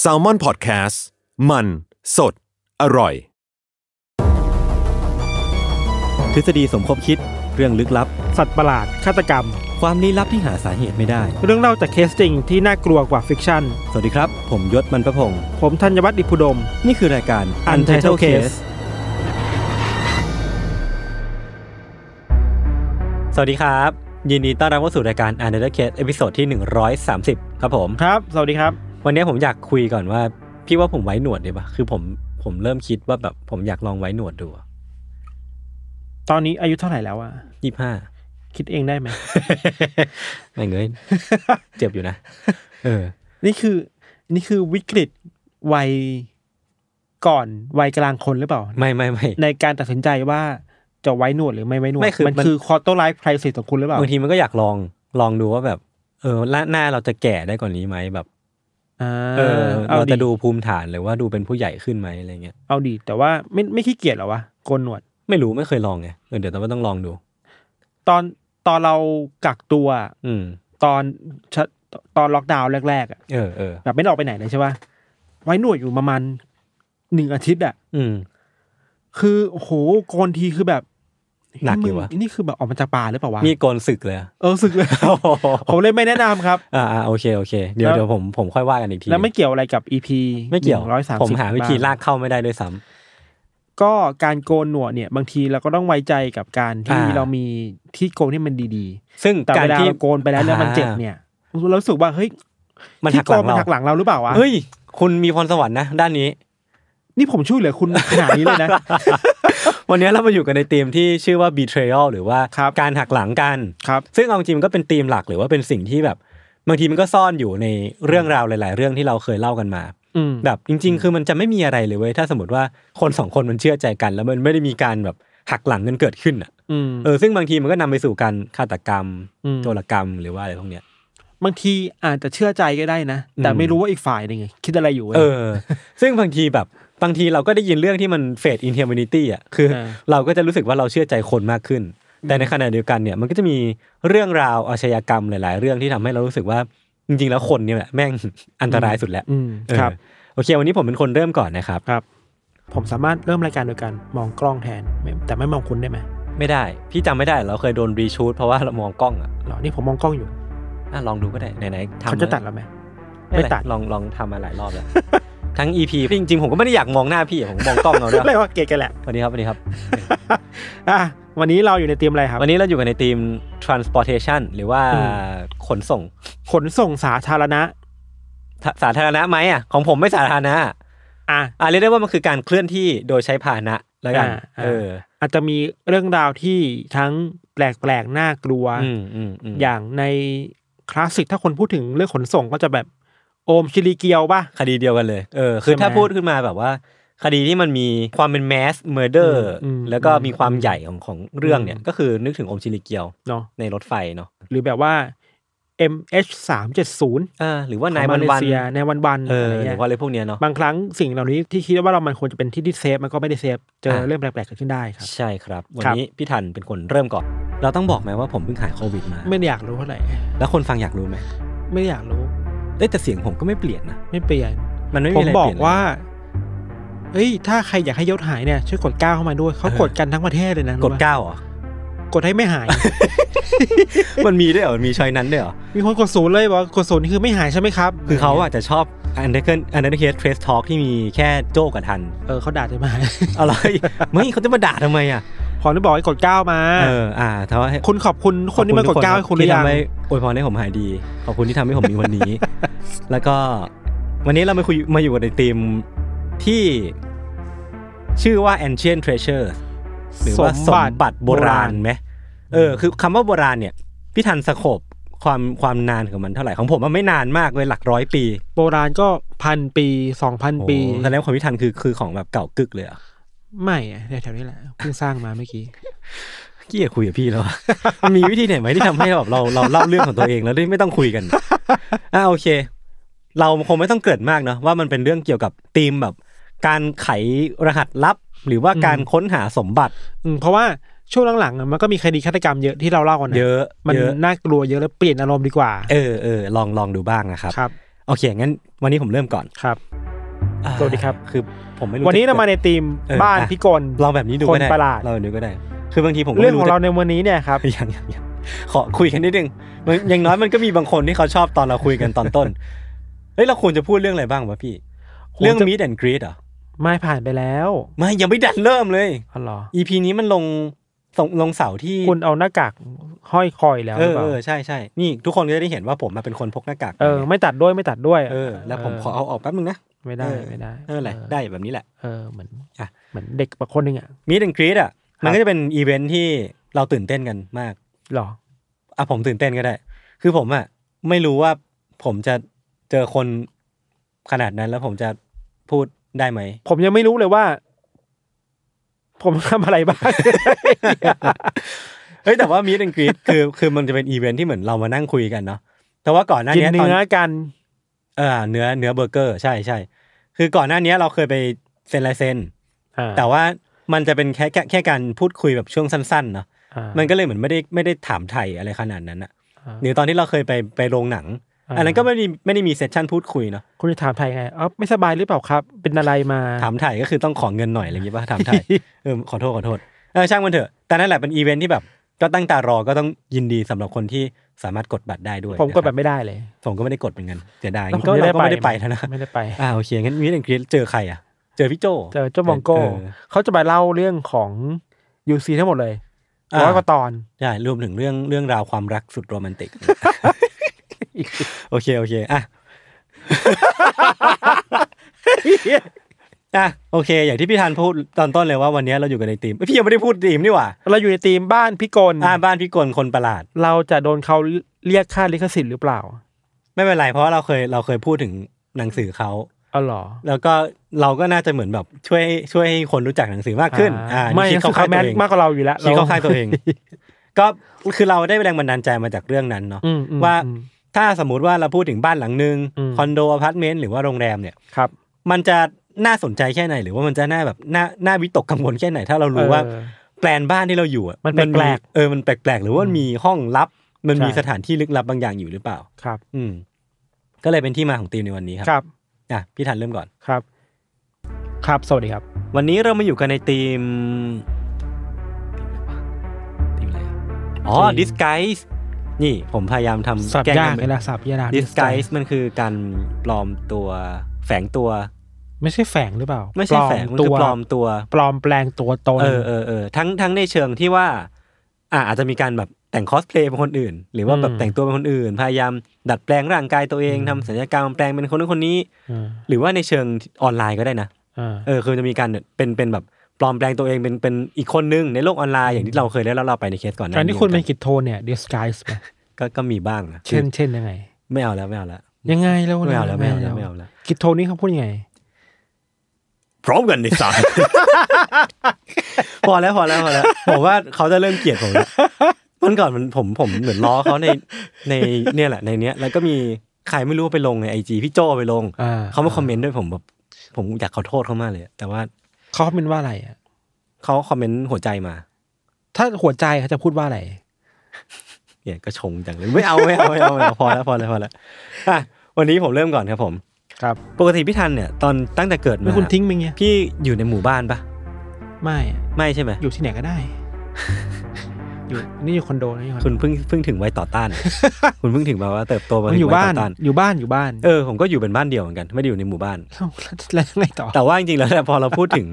แซลมอนพอดแคสต์มันสดอร่อย ทฤษฎีสมคบคิดเรื่องลึกลับ สัตว์ประหลาด ฆาตกรรม ความลี้ลับที่หาสาเหตุไม่ได้ เรื่องเล่าจากเคสจริงที่น่ากลัวกว่าฟิกชั่น สวัสดีครับ ผมยศมันประพงศ์ ผมธัญวัฒน์อิพุดม นี่คือรายการ Untitled Case สวัสดีครับ ยินดีต้อนรับเข้าสู่รายการ Untitled Case เอพิโซดที่ 130 ครับผม ครับ สวัสดีครับ วันนี้ผมอยากคุยก่อนว่า พี่ว่าผมไว้หนวดดีป่ะคือผมผมเริ่มคิดว่าแบบผมอยากลองไว้หนวดดู ตอนนี้อายุเท่าไหร่แล้วอะ ยี่ห้า คิดเองได้ไหม ไม่เงยเจ็บอยู่นะ เออ นี่คือ นี่คือวิกฤตวัยก่อนวัยกลางคนหรือเปล่า ไม่ไม่ไม่ ในการตัดสินใจว่าจะไว้หนวดหรือไม่ไว้หนวด ไม่คือ มัน มัน คือคอโตไลฟ์ไพรซิสของคุณหรือเปล่า บางทีมันก็อยากลองลองดูว่าแบบ เออหน้าหน้าเราจะแก่ได้กว่านนี้ไหมแบบ อ่า เออ เอา เรา ดี จะดูภูมิฐานหรือว่าดูเป็นผู้ใหญ่ขึ้นไหมอะไรเงี้ย เอาดี แต่ว่าไม่ไม่ขี้เกียจเหรอวะโกนหนวด ไม่รู้ไม่เคยลองไงเออเดี๋ยวต้องต้องลองดู ตอนตอนเรากักตัว อืม ตอนชะตอนล็อกดาวน์แรกๆอะ เออเออ แบบไม่ได้ออกไปไหนเลยใช่ป่ะ ไว้หนวดอยู่ประมาณหนึ่งอาทิตย์อ่ะ อืม คือโอ้โหโกนทีคือแบบ หนักอยู่ มึง วะ นี่คือแบบออกมาจากป่าหรือเปล่าวะ มีโกนศึกเลยอะ เออสึกเลย ผมเลยไม่แนะนำครับ อ่าอ่าโอเคโอเค เดี๋ยว แล้ว เดี๋ยวผมผมค่อยว่ากันอีกที แล้วไม่เกี่ยวอะไรกับ EP ไม่เกี่ยว ร้อยสาม ผมหาวิธีลากเข้าไม่ได้ด้วยซ้ำ ก็การโกนหนวดเนี่ย บางทีเราก็ต้องไว้ใจกับการที่ อ่า เรามีที่โกนที่มันดี ซึ่ง ๆ แต่ การ เวลา ที่ เราโกนไปแล้วแล้วมันเจ็บเนี่ยเรารู้สึกว่าเฮ้ย มันหั ที่ ก โก หลังนมัน เรา หักหลังเราหรือเปล่าวะ เฮ้ย คุณมีพรสวรรค์นะ ด้าน นี้ นี่ผมช่วยเหลือคุณขนาดนี้เลยนะ วันนี้เรามาอยู่กันในธีมที่ชื่อว่า betrayal หรือว่า ครับ การหักหลังกัน ครับ ซึ่งเอาจริงๆมันก็เป็นธีมหลักหรือว่าเป็นสิ่งที่แบบบางทีมันก็ซ่อนอยู่ในเรื่องราวหลาย ๆ เรื่องที่เราเคยเล่ากันมา อืม แบบจริง ๆ คือมันจะไม่มีอะไรเลยเว้ยถ้าสมมติว่าคนสองคนมันเชื่อใจกัน แล้วมันไม่ได้มีการแบบหักหลังกันเกิดขึ้นอ่ะ อืม เออซึ่งบางทีมันก็นำไปสู่การฆาตกรรม อืม โจรกรรมหรือว่าอะไรพวกเนี้ย บางทีอาจจะเชื่อใจก็ได้นะ แต่ อืม ไม่รู้ว่าอีกฝ่ายหนึ่งคิดอะไรอยู่ว้ย เออ ซึ่งบางทีแบบบางทีเราก็ได้ยินเรื่องที่มันเฟดอินเทอร์มินิตี้อ่ะคือ อ่า เราก็จะรู้สึกว่าเราเชื่อใจคนมากขึ้น แต่ในขณะเดียวกันเนี่ยมันก็จะมีเรื่องราวอาชญากรรมหลาย ๆ เรื่องที่ทำให้เรารู้สึกว่าจริง ๆ แล้วคนเนี่ยแหละแม่ง อันตรายสุดแล้ว อืม เออ ครับ โอเค วันนี้ผมเป็นคนเริ่มก่อนนะครับ ครับ ผมสามารถเริ่มรายการโดยการมองกล้องแทนไม่แต่ไม่มองคุณได้ไหม ไม่ได้ พี่จำไม่ได้เราเคยโดนรีชูตเพราะว่าเรามองกล้องอะ เหรอนี่ผมมองกล้องอยู่ อ่ะลองดูก็ได้ไหนๆทำ เขาจะตัดเราไหม ไม่เป็น ไม่ ไร ตัด ลองลองทำมาหลายรอบแล้ว ทั้ง EP จริง ๆ ผมก็ไม่ได้อยากมองหน้าพี่อะผมมองกล้องเอาด้วย ไม่ว่าเกลียดกันแหละ สวัสดีครับสวัสดีครับ อ่ะวันนี้เราอยู่ในเตรียมอะไรครับ วันนี้เราอยู่กันในทีม transportation หรือว่า อื ขนส่ง ขนส่งสาธารณะ ถสาธารณะไหมอ่ะของผมไม่สาธารณะ อ่ะ อ่ะเรียกได้ว่ามันคือการเคลื่อนที่โดยใช้พาหนะแล้วกัน อ่าอ่า เออ อาจจะมีเรื่องราวที่ทั้งแปลกๆน่ากลัว อืมอืมอืม อย่างในคลาสสิกถ้าคนพูดถึงเรื่องขนส่งก็จะแบบโอมชิลิเกียวป่ะ คดีเดียวกันเลยเออคือ ใช่ไหม ถ้าพูดขึ้นมาแบบว่า คดีที่มันมีความเป็นแมสเมอร์เดอร์ อืมอืม แล้วก็ อืม มีความใหญ่ของของเรื่องเนี่ย อืม ก็คือนึกถึงอมชิลิเกียว เนาะ ในรถไฟเนาะ หรือแบบว่า MH 3 7 0 อ่าหรือว่านายวัน เล วัน เซียในวันวัน เออ อะหไรรื เงี้ย อว่าอะไรพวกเนี้ยเนาะ บางครั้งสิ่งเหล่านี้ที่คิดว่าเรามันควรจะเป็นที่ที่เซฟ มันก็ไม่ได้เซฟ เจอ อ่ะ เรื่องแปลกๆเกิดขึ้นได้ครับ ใช่ครับวัน ครับ นี้พี่ทันเป็นคนเริ่มก่อน เราต้องบอกไหมว่าผมเพิ่งหายโควิดมา ไม่ได้อยากรู้เท่าไหร่ แล้วคนฟังอยากรู้ไหม ไม่ได้อยากรู้ เอ้ยแต่เสียงผมก็ไม่เปลี่ยนนะ ไม่เปลี่ยน มันไม่ ผ มี ม อะไร บอ เป ก ลี่ยนเลย ว่าเอ้ย ถ้าใครอยากให้ยศหายเนี่ย ช่วยกดก้าวเข้ามาด้วย เขา เออ กดกันทั้งประเทศเลยนะรู้ กดปะเก้าเหรอ กดให้ไม่ หาย มันมีด้วยเหรอมันมีชอยนั้นด้วยเหรอ มีคนกดศูนย์เลยบอกว่ากดศูนย์นี่คือไม่หายใช่ไหมครับ คือเขาอาจจะชอบอันเดอร์เคิลอันเดอร์เคสเทรสทอล์กที่มีแค่โจ้กับทัน เออเขาด่าจะมา อะไร ไม่เขาจะมาด่าทำไมอ่ะ ขอได้บอกให้กดก้าวมา เออ อ่าถ้าว่าให้ คุณขอบคุณทุกคนที่มากดก้าวให้คุณหรือยัที่งทำให้อวยพรให้ผมหายดี ขอบคุณที่ทำให้ผมมีวันนี้ แล้วก็วันนี้เรามาคุยมาอยู่กันในทีมที่ชื่อว่า ancient treasures หรือว่าสมบัติโบราณไหมเออ คือคำว่าโบราณเนี่ย พี่ทันสะโคบ ความความนานของมันเท่าไหร่ของผมมันไม่นานมากเลยหลักร้อยปี โบราณก็พันปีสองพันปี โอ้โหแสดงว่าความพิถันคือคือของแบบเก่ากึกเลยเหรอ่ะ ไม่อะแถวๆนี้แหละเพิ่งสร้างมาเมื่อกี้ เกี้ยคุยกับพี่แล้วอะ มันมีวิธีไหนไหมที่ทำให้แบบเราเราเล่าเรื่องของตัวเองแล้วได้ไม่ต้องคุยกันอ่ะโอเค เราคงไม่ต้องเกริดมากเนอะว่ามันเป็นเรื่องเกี่ยวกับธีมแบบ การไขรหัสลับ หรือว่าการค้นหาสมบัติ อืมเพราะว่าช่วงหลังๆอะมันก็มีคดีฆาตกรรมเยอะที่เราเล่ากันน เยอะ มัน เยอะ น่ากลัวเยอะแล้วเปลี่ยนอารมณ์ดีกว่า เออเออลองลองดูบ้างนะครับ ครับ โอเค งั้นวันนี้ผมเริ่มก่อน ครับ อ่า สวัสดีครับ คือผมไม่รู้ วันนี้ จะ เรามาในธีม เออ บ้าน อ่ะ พิกล ลองแบบนี้ดู คก็นได้ ประหลาด ลองแบบนี้ก็ได้ คือบางทีผมก็ เรื่อง ไม่ ของ จะ เราในวันนี้เนี่ยครับ ยังยังยังขอคุยกันนิดนึงมันอย่างน้อยมันก็มีบางคนที่เขาชอบตอนเราคุยกันตอนต้น เฮ้ย เราควรจะพูดเรื่องอะไรบ้างวะพี่ ผมจะ เรื่องมีดแอนกรีดอ่ะ ไม่ผ่านไปแล้ว ไม่ยังไม่ดันเริ่มเลย อ๋อเหรอ EP นี้มันลงส่งลงเสาร์ที่ คุณเอาหน้ากากห้อยคอยแล้วห เอ รือ อ เปล่า เออใช่ใช่นี่ทุกคนก็จะได้เห็นว่าผมมาเป็นคนพกหน้ากาก เออ ไม่ตัดด้วยไม่ตัดด้วย เออ แล้วผมขอเอาออกแป๊บนึงนะ ไม่ได้ไม่ได้ เออแหละ เออ ได้แบบนี้แหละ เออเหมือน อ่ะ เหมือนเด็กบางคนหนึ่งอ่ะ มีดแอนกรีดอ่ะ มัน ครับ ก็จะเป็นอีเวนท์ที่เราตื่นเต้นกันมาก เหรอ อ่ะผมตื่นเต้นก็ได้ คือผมอ่ะไม่รู้ว่าผมจะเจอคนขนาดนั้นแล้วผมจะพูดได้ไหม ผมยังไม่รู้เลยว่า ผมทำอะไรบ้าง เฮ้ยแต่ว่ามีดแอนกรีด คือคือมันจะเป็นอีเวนท์ที่เหมือนเรามานั่งคุยกันเนาะ แต่ว่าก่ อนหน้า กิน นี้ตอน เนื้อกัน เออเนื้อเนื้อเบอร์เกอร์ใช่ใช่ คือก่อนหน้านี้เราเคยไปเซ็นลายเซ็น อ่า แต่ว่ามันจะเป็นแค่แค่แค่การพูดคุยแบบช่วงสั้นๆเนาะ อ่า มันก็เลยเหมือนไม่ได้ไม่ได้ถามไทยอะไรขนาดนั้นอะ อ่า หรือตอนที่เราเคยไปไปโรงหนัง อ่า อันนั้นก็ไม่ได้ไม่ได้มีเซสชั่นพูดคุยเนาะ คุณจะถามไทยไงอ๋อไม่สบายหรือเปล่าครับ เป็นอะไรมา ถามไถ่ก็คือต้องขอเงินหน่อยอะไรอย่างงี้ป่ะถามไถ่ เออขอโทษขอโทษเออช่างมันเถอะ แต่นั่นแหละเป็นอีเวนท์ที่แบบ ก็ตั้งตารอก็ต้องยินดีสำหรับคนที่สามารถกดบัตรได้ด้วย ผมกดแบบ นะครั ไม่ได้เลย ผมก็ไม่ได้กดเหมือนกันเสียดาย แล้วผม ก็ ไม่ได้ เราก็ไม่ได้ ไป ไปแล้วนะ ไม่ได้ไป อ่าโอเคงั้นมีอังกฤษเจอใครอ่ะ เจอพี่โจ เจอเจ้ามองโก้ เออ เขาจะมาเล่าเรื่องของยูซีทั้งหมดเลย อ่า ร้อยกว่าตอน ใช่รวมถึงเรื่องเรื่องราวความรักสุดโรแมนติ ก โอเคโอเคอ่ะ อ่ะโอเค อย่างที่พี่ธันพูดตอนต้นเลยว่าวันนี้เราอยู่กันในทีมเอ้ยพี่ยังไม่ได้พูดทีมนี่หว่า เราอยู่ในทีมบ้านพิกล อ่าบ้านพี่กลคนประหลาด เราจะโดนเขาเรียกค่าลิขสิทธิ์หรือเปล่า ไม่เป็นไรเพราะว่าเราเคยเราเคยพูดถึงหนังสือเขา เอ๋อหรอ แล้วก็เราก็น่าจะเหมือนแบบช่วยช่วยให้คนรู้จักหนังสือมากขึ้นอ่า ไม่ นี่คิด คือ เข้า เขา ข้าง แม ตั น วเอง มากกว่าเราอยู่แล้ว คิดเข้า เรา ข้างตัวเอง ก็คือเราได้แรงบันดาลใจมาจากเรื่องนั้นเนาะ อืมอืม ว่า อืม ถ้าสมมติว่าเราพูดถึงบ้านหลังหนึ่ง อืม คอนโดอพาร์ตเมนต์หรือว่าโรงแรมเนี่ย ครับ มันจะน่าสนใจแค่ไหน หรือว่ามันจะน่าแบบน่าน่าวิตกกังวลแค่ไหน ถ้าเรารู้ว่า เออ แปลนบ้านที่เราอยู่อะ มันแปลกๆ เออมันแปลกๆ หรือว่ามันมีห้องลับ มันมี ใช่ สถานที่ลึกลับบางอย่างอยู่หรือเปล่า ครับ อืม ก็เลยเป็นที่มาของธีมในวันนี้ครับ ครับ อ่ะพี่ทันเริ่มก่อน ครับ ครับ สวัสดีครับ วันนี้เรามาอยู่กันในธีมธีมอะไรวะธีมอะไรอะอ๋อ ธีม disguise นี่ผมพยายามทำ สับ แล้ง ยาก ให้ เล มั ย น ละสับยาก disguise มันคือการปลอมตัว แฝงตัว ไม่ใช่แฝงหรือเปล่า ไม่ใช่แฝง มันคือปลอมตัว ปลอมแปลงตัวตน เออเออเออทั้งทั้งในเชิงที่ว่า อ่าอาจจะมีการแบบแต่งคอสเพลย์เป็นคนอื่น หรือว่าแบบ อืม แต่งตัวเป็นคนอื่น พยายามดัดแปลงร่างกายตัวเอง อืม ทำศัลยกรรมแปลงเป็นคนนู้นคนนี้ อืม หรือว่าในเชิงออนไลน์ก็ได้นะ อ่า เออคือจะมีการเป็นเป็นแบบปลอมแปลงตัวเองเป็นเป็นอีกคนนึงในโลกออนไลน์อย่างที่เราเคยได้เล่าเราไปในเคสก่อนหน้า การที่คุณเป็น เหมือน กิจโทนเนี่ย disguise ไหม กันก็ก็มีบ้างนะ เช่นเช่นยังไง ไม่เอาแล้วไม่เอาแล้ว ยังไงแล้ว ไม่เอาแล้วไม่เอาแล้ว ยังง ไม่เอาแล้ว กิจโทนนี่เขาพูดยังไง พร้อมกันในสาย พอแล้วพอแล้วพอแล้วผมว่าเขาจะเริ่มเกลียดผมแล้ว วันก่อนมันผมผมเหมือนล้อเขาในในเนี่ยแหละในเนี้ย แล้วก็มีใครไม่รู้ไปลงในไอจีพี่โจไปลง อ่า เขามาคอมเมนต์ด้วยผมแบบผมอยากขอโทษเขามากเลยอะแต่ว่า เขาเป็นว่าอะไรอ่ะ เขาคอมเมนต์หัวใจมา ถ้าหัวใจเขาจะพูดว่าอะไร เนี่ยก็ชงจังเลยไม่เอาไม่เอาไม่เอาไม่เอาพอแล้วพอแล้วพอแล้วอ่ะวันนี้ผมเริ่มก่อนครับผม ครับ ปกติพี่ทันเนี่ยตอนตั้งแต่เกิด ไม่ มา คุณทิ้งมั้งเนี่ย พี่อยู่ในหมู่บ้านปะ ไม่อะ ไม่ใช่ไหม อยู่ที่ไหนก็ ได้ อยู่นี่อยู่คอนโดนี่อยู่คอน คุ โด ณเพิ่งเพิ่งถึงวัยต่อต้าน คุณเพิ่งถึงแบบว่าเติบโตมา มันอยู่ ถึงวั บ้าน ต่อต้าน อยู่บ้านอยู่บ้าน เออผมก็อยู่เป็นบ้านเดียวเหมือนกันไม่ได้อยู่ในหมู่บ้าน แล้วแล้วยังไงต่อ แต่ว่าจริงๆแล้วเนี่ยพอเราพูดถึง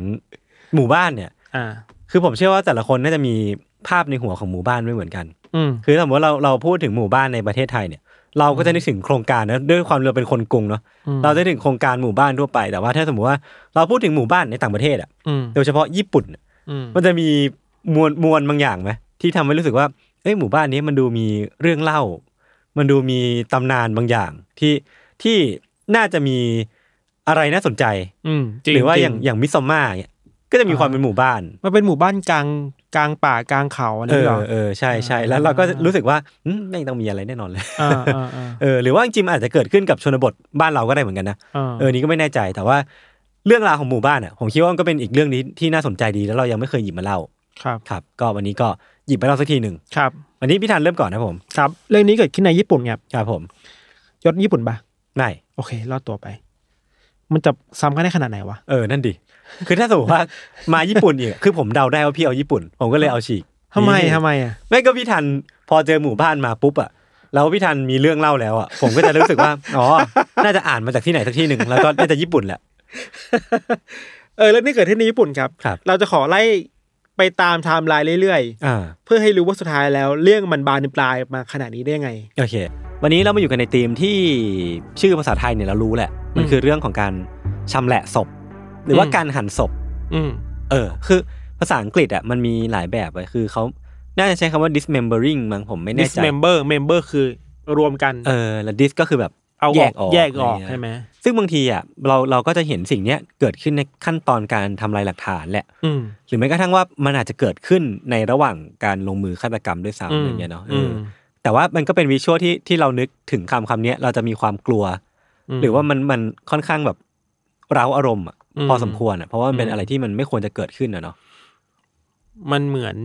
หมู่บ้านเนี่ย อ่า คือผมเชื่อว่าแต่ละคนน่าจะมีภาพในหัวของหมู่บ้านไม่เหมือนกัน อืม คือสมมติเราเราพูดถึงหมู่บ้านในประเทศไทยเนี่ย เราก็จะนึกถึงโครงการนะด้วยความเราเป็นคนกรุงเนาะ อืม เราจะนึกถึงโครงการหมู่บ้านทั่วไป แต่ว่าถ้าสมมติว่าเราพูดถึงหมู่บ้านในต่างประเทศอะ อืม โดยเฉพาะญี่ปุ่นเนี่ย อืม มันจะมีมวลมวลบางอย่างไหมที่ทำให้รู้สึกว่าเอ้ยหมู่บ้านนี้มันดูมีเรื่องเล่า มันดูมีตำนานบางอย่างที่ที่น่าจะมีอะไรน่าสนใจ อืมจง หรือว่าอย่าง จง อย่างมิซอมมาเนี่ยก็จะมี อ่า ความเป็นหมู่บ้าน มันเป็นหมู่บ้านกลางกลางป่ากลางเขาอะไร เอ ห อ รอ เออใช่ใช่ อ่า แล้วเราก็รู้สึกว่าอืมแม่งต้องมีอะไรแน่นอนเลย อ่าอ่าอ่า เออหรือว่าจริงๆมันอาจจะเกิดขึ้นกับชนบทบ้านเราก็ได้เหมือนกันนะ อ่า เออนี่ก็ไม่แน่ใจแต่ว่าเรื่องราวของหมู่บ้านอ่ะผมคิดว่ามันก็เป็นอีกเรื่องนี้ที่น่าสนใจดีแล้วเรายังไม่เคยหยิบมาเล่า ครับ ครับ ก็วันนี้ก็หยิบมาเล่าสักทีหนึ่ง ครับ วันนี้พี่ธันเริ่มก่อนนะผม ครับเรื่องนี้เกิดขึ้นในญี่ปุ่นครับ ครับผม ยศญี่ปุ่นปะ ไหน โอเครอดตัวไป มันจะซ้ำกันได้ขนาดไหนวะ เออนั่นดิคือถ้าสมมติว่า มาญี่ปุ่นอีกคือผมเดาได้ว่าพี่เอาญี่ปุ่น ผมก็เลยเอาฉีก ทำไมทำไมอ่ะ ไม่ก็พี่ทันพอเจอหมู่บ้านมาปุ๊บอะแล้วพี่ทันมีเรื่องเล่าแล้วอะผมก็จะรู้สึกว่า อ๋อ น่าจะอ่านมาจากที่ไหนสักที่หนึ่งแล้วก็น่าจะญี่ปุ่นแหละ เออเรื่องนี้เกิดขึ้นในญี่ปุ่นครับ ครับ เราจะขอไล่ไปตามไทม์ไลน์เรื่อย อ่า ๆ เพื่อให้รู้ว่าสุดท้ายแล้วเรื่องมันบานปลายมาขนาดนี้ได้ยังไง โอเค วันนี้เรามาอยู่กันในธีมที่ชื่อภาษาไทยเนี่ยเรารู้แหละ มันคือเรื่องของการชำแหละศพ หรือว่า อืม การหั่นศพ อืม เออ คือภาษาอังกฤษอะมันมีหลายแบบเลยคือเขาน่าจะใช้คำว่า dismembering มั้งผมไม่แน่ใจ dismember member คือรวมกัน เออแล้ว dis ก็คือแบบ เอาออก แย แย กอกอ อ อก ก อะไรเงี้ย ใช่ไหม ซึ่งบางทีอ่ะเราเราก็จะเห็นสิ่งเนี้ยเกิดขึ้นในขั้นตอนการทำลายหลักฐานแหละ อืม หรือแม้กระทั่งว่ามันอาจจะเกิดขึ้นในระหว่างการลงมือฆาตกรรมด้วยซ้ำอย่างเงี้ยเนาะเอออ ม แต่ว่ามันก็เป็นวิชวลที่ที่เรานึกถึงคำคำเนี้ยเราจะมีความกลัว หรือว่ามันมันค่อนข้างแบบเร้าอารมณ์อะ อืม พอสมควรอะเพราะว่ามันเป็น อืม อะไรที่มันไม่ควรจะเกิดขึ้นอะเนาะ มันเหมือน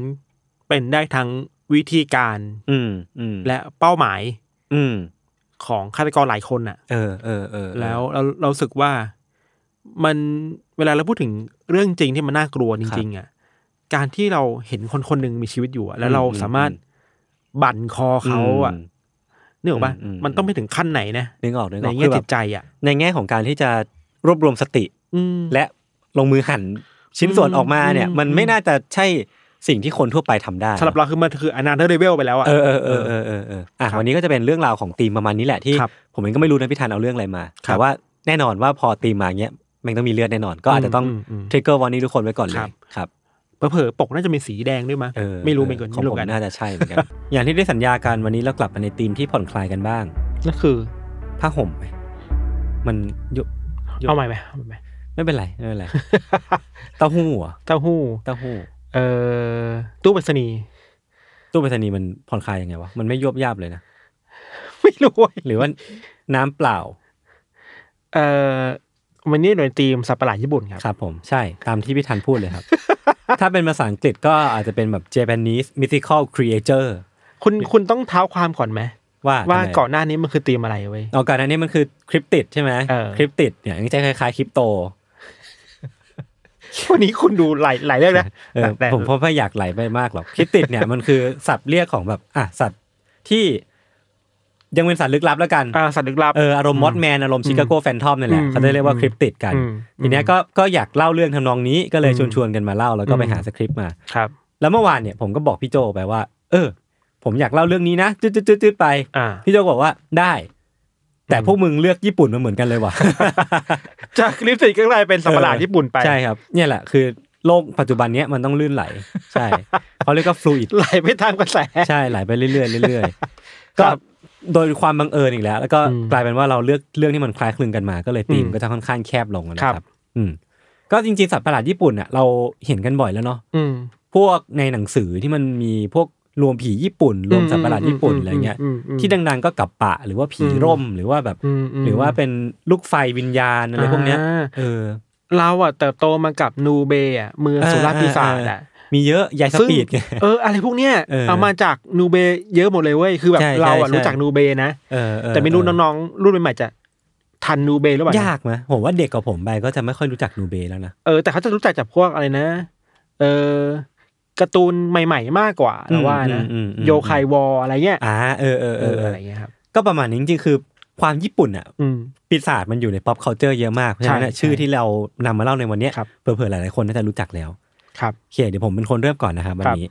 เป็นได้ทั้งวิธีการ อืมอืม และเป้าหมาย อืม ของฆาตกรหลายคนน่ะ เออเออเออเออ แล้วเราเรารู้สึกว่ามันเวลาเราพูดถึงเรื่องจริงที่มันน่ากลัวจริงๆอ่ะการที่เราเห็นคนคนหนึ่งมีชีวิตอยู่อะแล้วเราสามารถบั่นคอเขาอ่ะ ม นึกออกปะ อืมอืม มันต้องไปถึงขั้นไหนนะ นึกออกนึกอ ใน อก แง่ คือแบ จิ บ ตใจอ่ะ ในแง่ของการที่จะรวบรวมสติ อืม และลงมือหั่นชิ้นส่วนออกมาเนี่ย อืม มันไม่น่าจะใช่สิ่งที่คนทั่วไปทำได้ สำหรับเราคือมันคืออนาเธอร์เลเวลไปแล้วอ่ะ เออเออเออเออเออเอออ่ะ ครับ วันนี้ก็จะเป็นเรื่องราวของทีมประมาณนี้แหละที่ ครับ ผมเองก็ไม่รู้นะพี่ธันเอาเรื่องอะไรมา ครับ แต่ว่าแน่นอนว่าพอทีมมาเงี้ยมันต้องมีเลือดแน่นอน ก็อาจจะต้อง อืมอืมอืม ทริกเกอร์วันนี้ทุกคนไว้ก่อนเลย ครับ ครับ เผลอๆปกน่าจะเป็นสีแดงด้วยมั้ย เออ ไม่รู้เหมือนกัน ขอ ไม่ ง รู้ ผม กัน น่าจะใช่เห มือนกัน อย่างที่ได้สัญญากันวันนี้เรากลับมาในทีมที่ผ่อนคลายกันบ้าง นั่นคือ ผ้าห่มไหมมันยุยุ เอาใหม่ไหมเอาใหม่ ไหม ไม่เป็นไรไม่ เป็นไร เต้าหู้เหรอ เต้าหู้ เต้าหู้ เอ่อตู้ไปรษณีย์ ตู้ไปรษณีย์มันผ่อนคลายยังไงวะมันไม่ยวบยาบเลยนะ ไม่รู้เว้ย หรือว่าน้ำเปล่า เอ่อวันนี้หน่วยทีมสัตว์ประหลาดญี่ปุ่นครับ ครับผมใช่ตามที่พี่ธันพูดเลย ครับ ถ้าเป็นภาษาอังกฤษก็อาจจะเป็นแบบ Japanese mythical creature คุณคุณต้องเท้าความก่อนไหม ว่า ว่า ทำไม ก่อนหน้านี้มันคือธีมอะไรเว้ย เอาก่อนอันนี้มันคือคริปติดใช่ไหม เออ คริปติดเนี่ยยังจะคล้ายๆคริปโต วันนี้คุณดูหลายหลายเรื่องนะ เออ แต่ ผมเพราะไม่อยากไหลไปมากหรอกคริปติดเนี่ยมันคือสัตว์เรียกของแบบอ่ะสัตว์ที่ยังเป็นสัตว์ลึกลับแล้วกัน อ่าสัตว์ลึกลับ เอออารมณ์มอดแมนอารมณ์ชิคาโกแฟนทอมนั่นแหละ อืม เขาจะเรียกว่า อืม คริปติดกัน อืม ทีเนี้ยก็ก็อยากเล่าเรื่องทำนองนี้ก็เลย อืม ชวนๆกันมาเล่าแล้วก็ไป อืม หาสคริปต์มา ครับ แล้วเมื่อวานเนี่ยผมก็บอกพี่โจไปว่า เออ ผมอยากเล่าเรื่องนี้นะจืดๆๆๆไป อ่า พี่โจบอกว่าได้ แต่ อืม พวกมึงเลือกญี่ปุ่นมาเหมือนกันเลยว่ะ จากคลิปติดก็กลาย เป็นสัตว์ประหลาดญี่ปุ่นไป ใช่ครับ เนี่ยแหละคือโลกปัจจุบันเนี้ยมันต้องลื่นไหล ใช่เขาเรียกว่าฟลูอิด ไหลไปตามกระแส ใช่ไหลไปเรื่อยๆเรื่อยๆก็ ครับ โดยความบังเอิญอีกแล้ว แล้วก็ อืม กลายเป็นว่าเราเลือกเรื่องที่มันคล้ายคลึงกันมา ก็เลยธีม อืม ก็จะค่อนข้างแคบลงนะค ครั รับ บ อืมก็จริงๆสัตว์ประหลาดญี่ปุ่นอ่ะเราเห็นกันบ่อยแล้วเนาะ อืม พวกในหนังสือที่มันมีพวกรวมผีญี่ปุ่น รวมสัตว์ประหลาดญี่ปุ่นอะไรเงี้ย มอืม ที่ดังๆก็กับปะหรือว่าผี อืม ร่มหรือว่าแบบ อืมม หรือว่าเป็นลูกไฟวิญญาณอะไรพวกเนี้ย อ่า เออ เราอ่ะเติบโตมากับนูเบย์อ่ะมือสุราปีศาจอ่ะ มีเยอะยายส ซึ่ง ปีดไง เอออะไรพวกเนี้ย เออ เอามาจากนูเบย์เยอะหมดเลยเว้ยคือแบบ ใช่ใช่ เราอ่ะ ใช่ รู้จักนูเบย์นะ เออเออ แต่ไม่รู้น้องๆรุ่นใหม่ๆจะทันนูเบย์หรือเปล่านะ ยากไหมผมว่าเด็กกว่าผมไปก็จะไม่ค่อยรู้จักนูเบแล้วนะ เออแต่เขาจะรู้จักจากพวกอะไรนะ เออการ์ตูนใหม่ ๆ มากกว่า อืม เราว่านะ อืมอืม โยคายวอลอะไรเงี้ย อ่าเออเออ เอ เออ อ เอ อะ อ ไรเงี้ยครับ ก็ประมาณนี้จริงๆคือความญี่ปุ่นอ่ะ อืม ปีศาจมันอยู่ใน pop culture เยอะมากเพราะฉะนั้นอะ ใช่ ชื่อที่เรานำมาเล่าในวันเนี้ย ครับ เผื่อๆหลายๆคนน่าจะรู้จักแล้ว ครับ โอเคเดี๋ยวผมเป็นคนเริ่มก่อนนะครับวัน ครับ นี้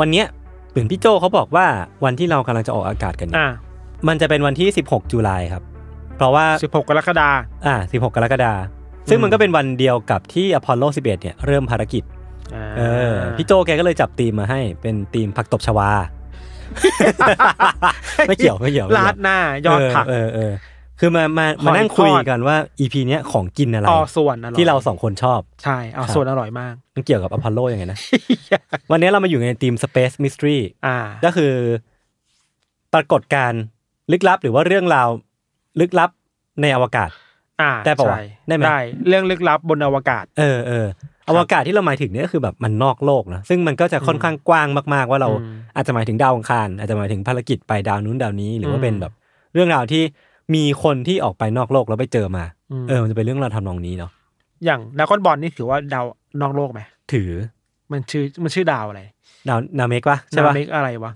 วันเนี้ยเหมือนพี่โจเขาบอกว่าวันที่เรากำลังจะออกอากาศกันเนี่ย อ่ะ มันจะเป็นวันที่ 16จุลายครับ เพราะว่า สิบหกกรกฎา อ่า16 กรกฎาคมซึ่ง อืม มันก็เป็นวันเดียวกับที่อพอลโล 11 เนี่ยเริ่มภารกิจ อ่า เออพี่โจแกก็เลยจับธีมมาให้เป็นธีมผักตบชวา ไม่เกี่ยวไม่เกี่ยวไม่เกี่ยว ลาดหน้ายอดผัก เออเออเออคือมามา หอย มานั่งคุย ทอด กันว่าอีพีเนี้ยของกินอะไร ต่อส่วนอร่อย ที่เราสองคนชอบ ใช่เอา ครับ ส่วนอร่อยมาก มันเกี่ยวกับอพอลโลยังไง นะ วันนี้เรามาอยู่ในทีม Space Mystery อ่า ก็คือ ปรากฏการณ์ลึกลับหรือว่าเรื่องราวลึกลับในอวกาศ อ่า ได้ปะวะ ใช่ ได้ไหม ได้เรื่องลึกลับบนอวกาศ เออเอออวกาศที่เราหมายถึงเนี่ยก็คือแบบมันนอกโลกนะซึ่งมันก็จะค่อนข้างกว้างมากๆ ว่าเรา อืม อาจจะหมายถึงดาวอังคารอาจจะหมายถึงภารกิจไปดาวนู้นดาวนี้ หรือว่า อืม เป็นแบบ เรื่องราวที่มีคนที่ออกไปนอกโลกแล้วไปเจอมา ม เออมันจะเป็นเรื่องราวทำนองนี้เนาะ อย่างดากอนบอลนี่ถือว่าดาวนอกโลกไหม ถือ มันชื่อมันชื่อดาวอะไร ดาวนาเมกปะใช่ นา ปะ เมกอะไรวะ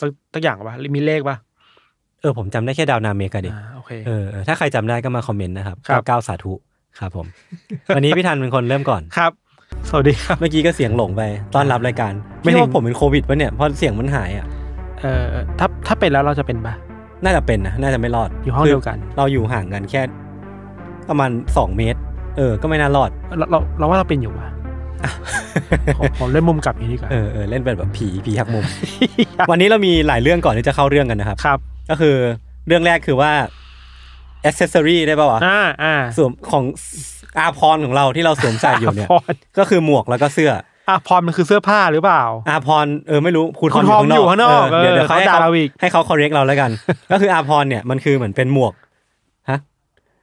สักตักอย่างปะมีเลขปะ เออผมจำได้แค่ดาวนาเมกอะดิ อ่าโอเค เออเออถ้าใครจำได้ก็มาคอมเมนต์นะครับ ครับ เก้าสาธุครับผม วันนี้พี่ธันเป็นคนเริ่มก่อน ครับ สวัสดีครับ เมื่อกี้ก็เสียงหลงไปตอนรับรายการ ไม่ ไม่ ถึง ว่าผมเป็นโควิดปะเนี่ยเพราะเสียงมันหายอ่ะ เออถ้าถ้าเป็นแล้วเราจะเป็นปะ น่าจะเป็นนะน่าจะไม่รอด อยู่ห้อง คื เดียวกัน เราอยู่ห่างกันแค่ ประมาณสองเมตร เออ ก็ไม่น่ารอด เราเราเราว่าเราเป็นอยู่ ปะผมผมเล่นมุมกลับอย่างนี้ดีกว่า เออเออเล่นเป็นแบบผีผีหัก มุม วันนี้เรามีหลายเรื่องก่อนที่จะเข้าเรื่องกันนะครับ ครับ ก็คือเรื่องแรกคือว่าอ c เซสซอรีได้ปะวะ อ่าอ่า สวมของอาพรณ์ของเราที่เราสวมใส่อยู่เนี่ย พร ก็คือหมวกแล้วก็เสื้อ อ่ะพรมันคือเสื้อผ้าหรือเปล่า อาพรณ์เออไม่รู้คุณ คุณ ทอม ทอม อ อยู่ ยู่ข้านอข้างงนอก ก เออเดี๋ยวเดี๋ยวเขา เออ ให้ เขาเขาด่าเราอีก ให้เขา correct เรา แล้วกัน ก็คืออาพรณ์เนี่ยมันคือเหมือนเป็นหมวกฮะ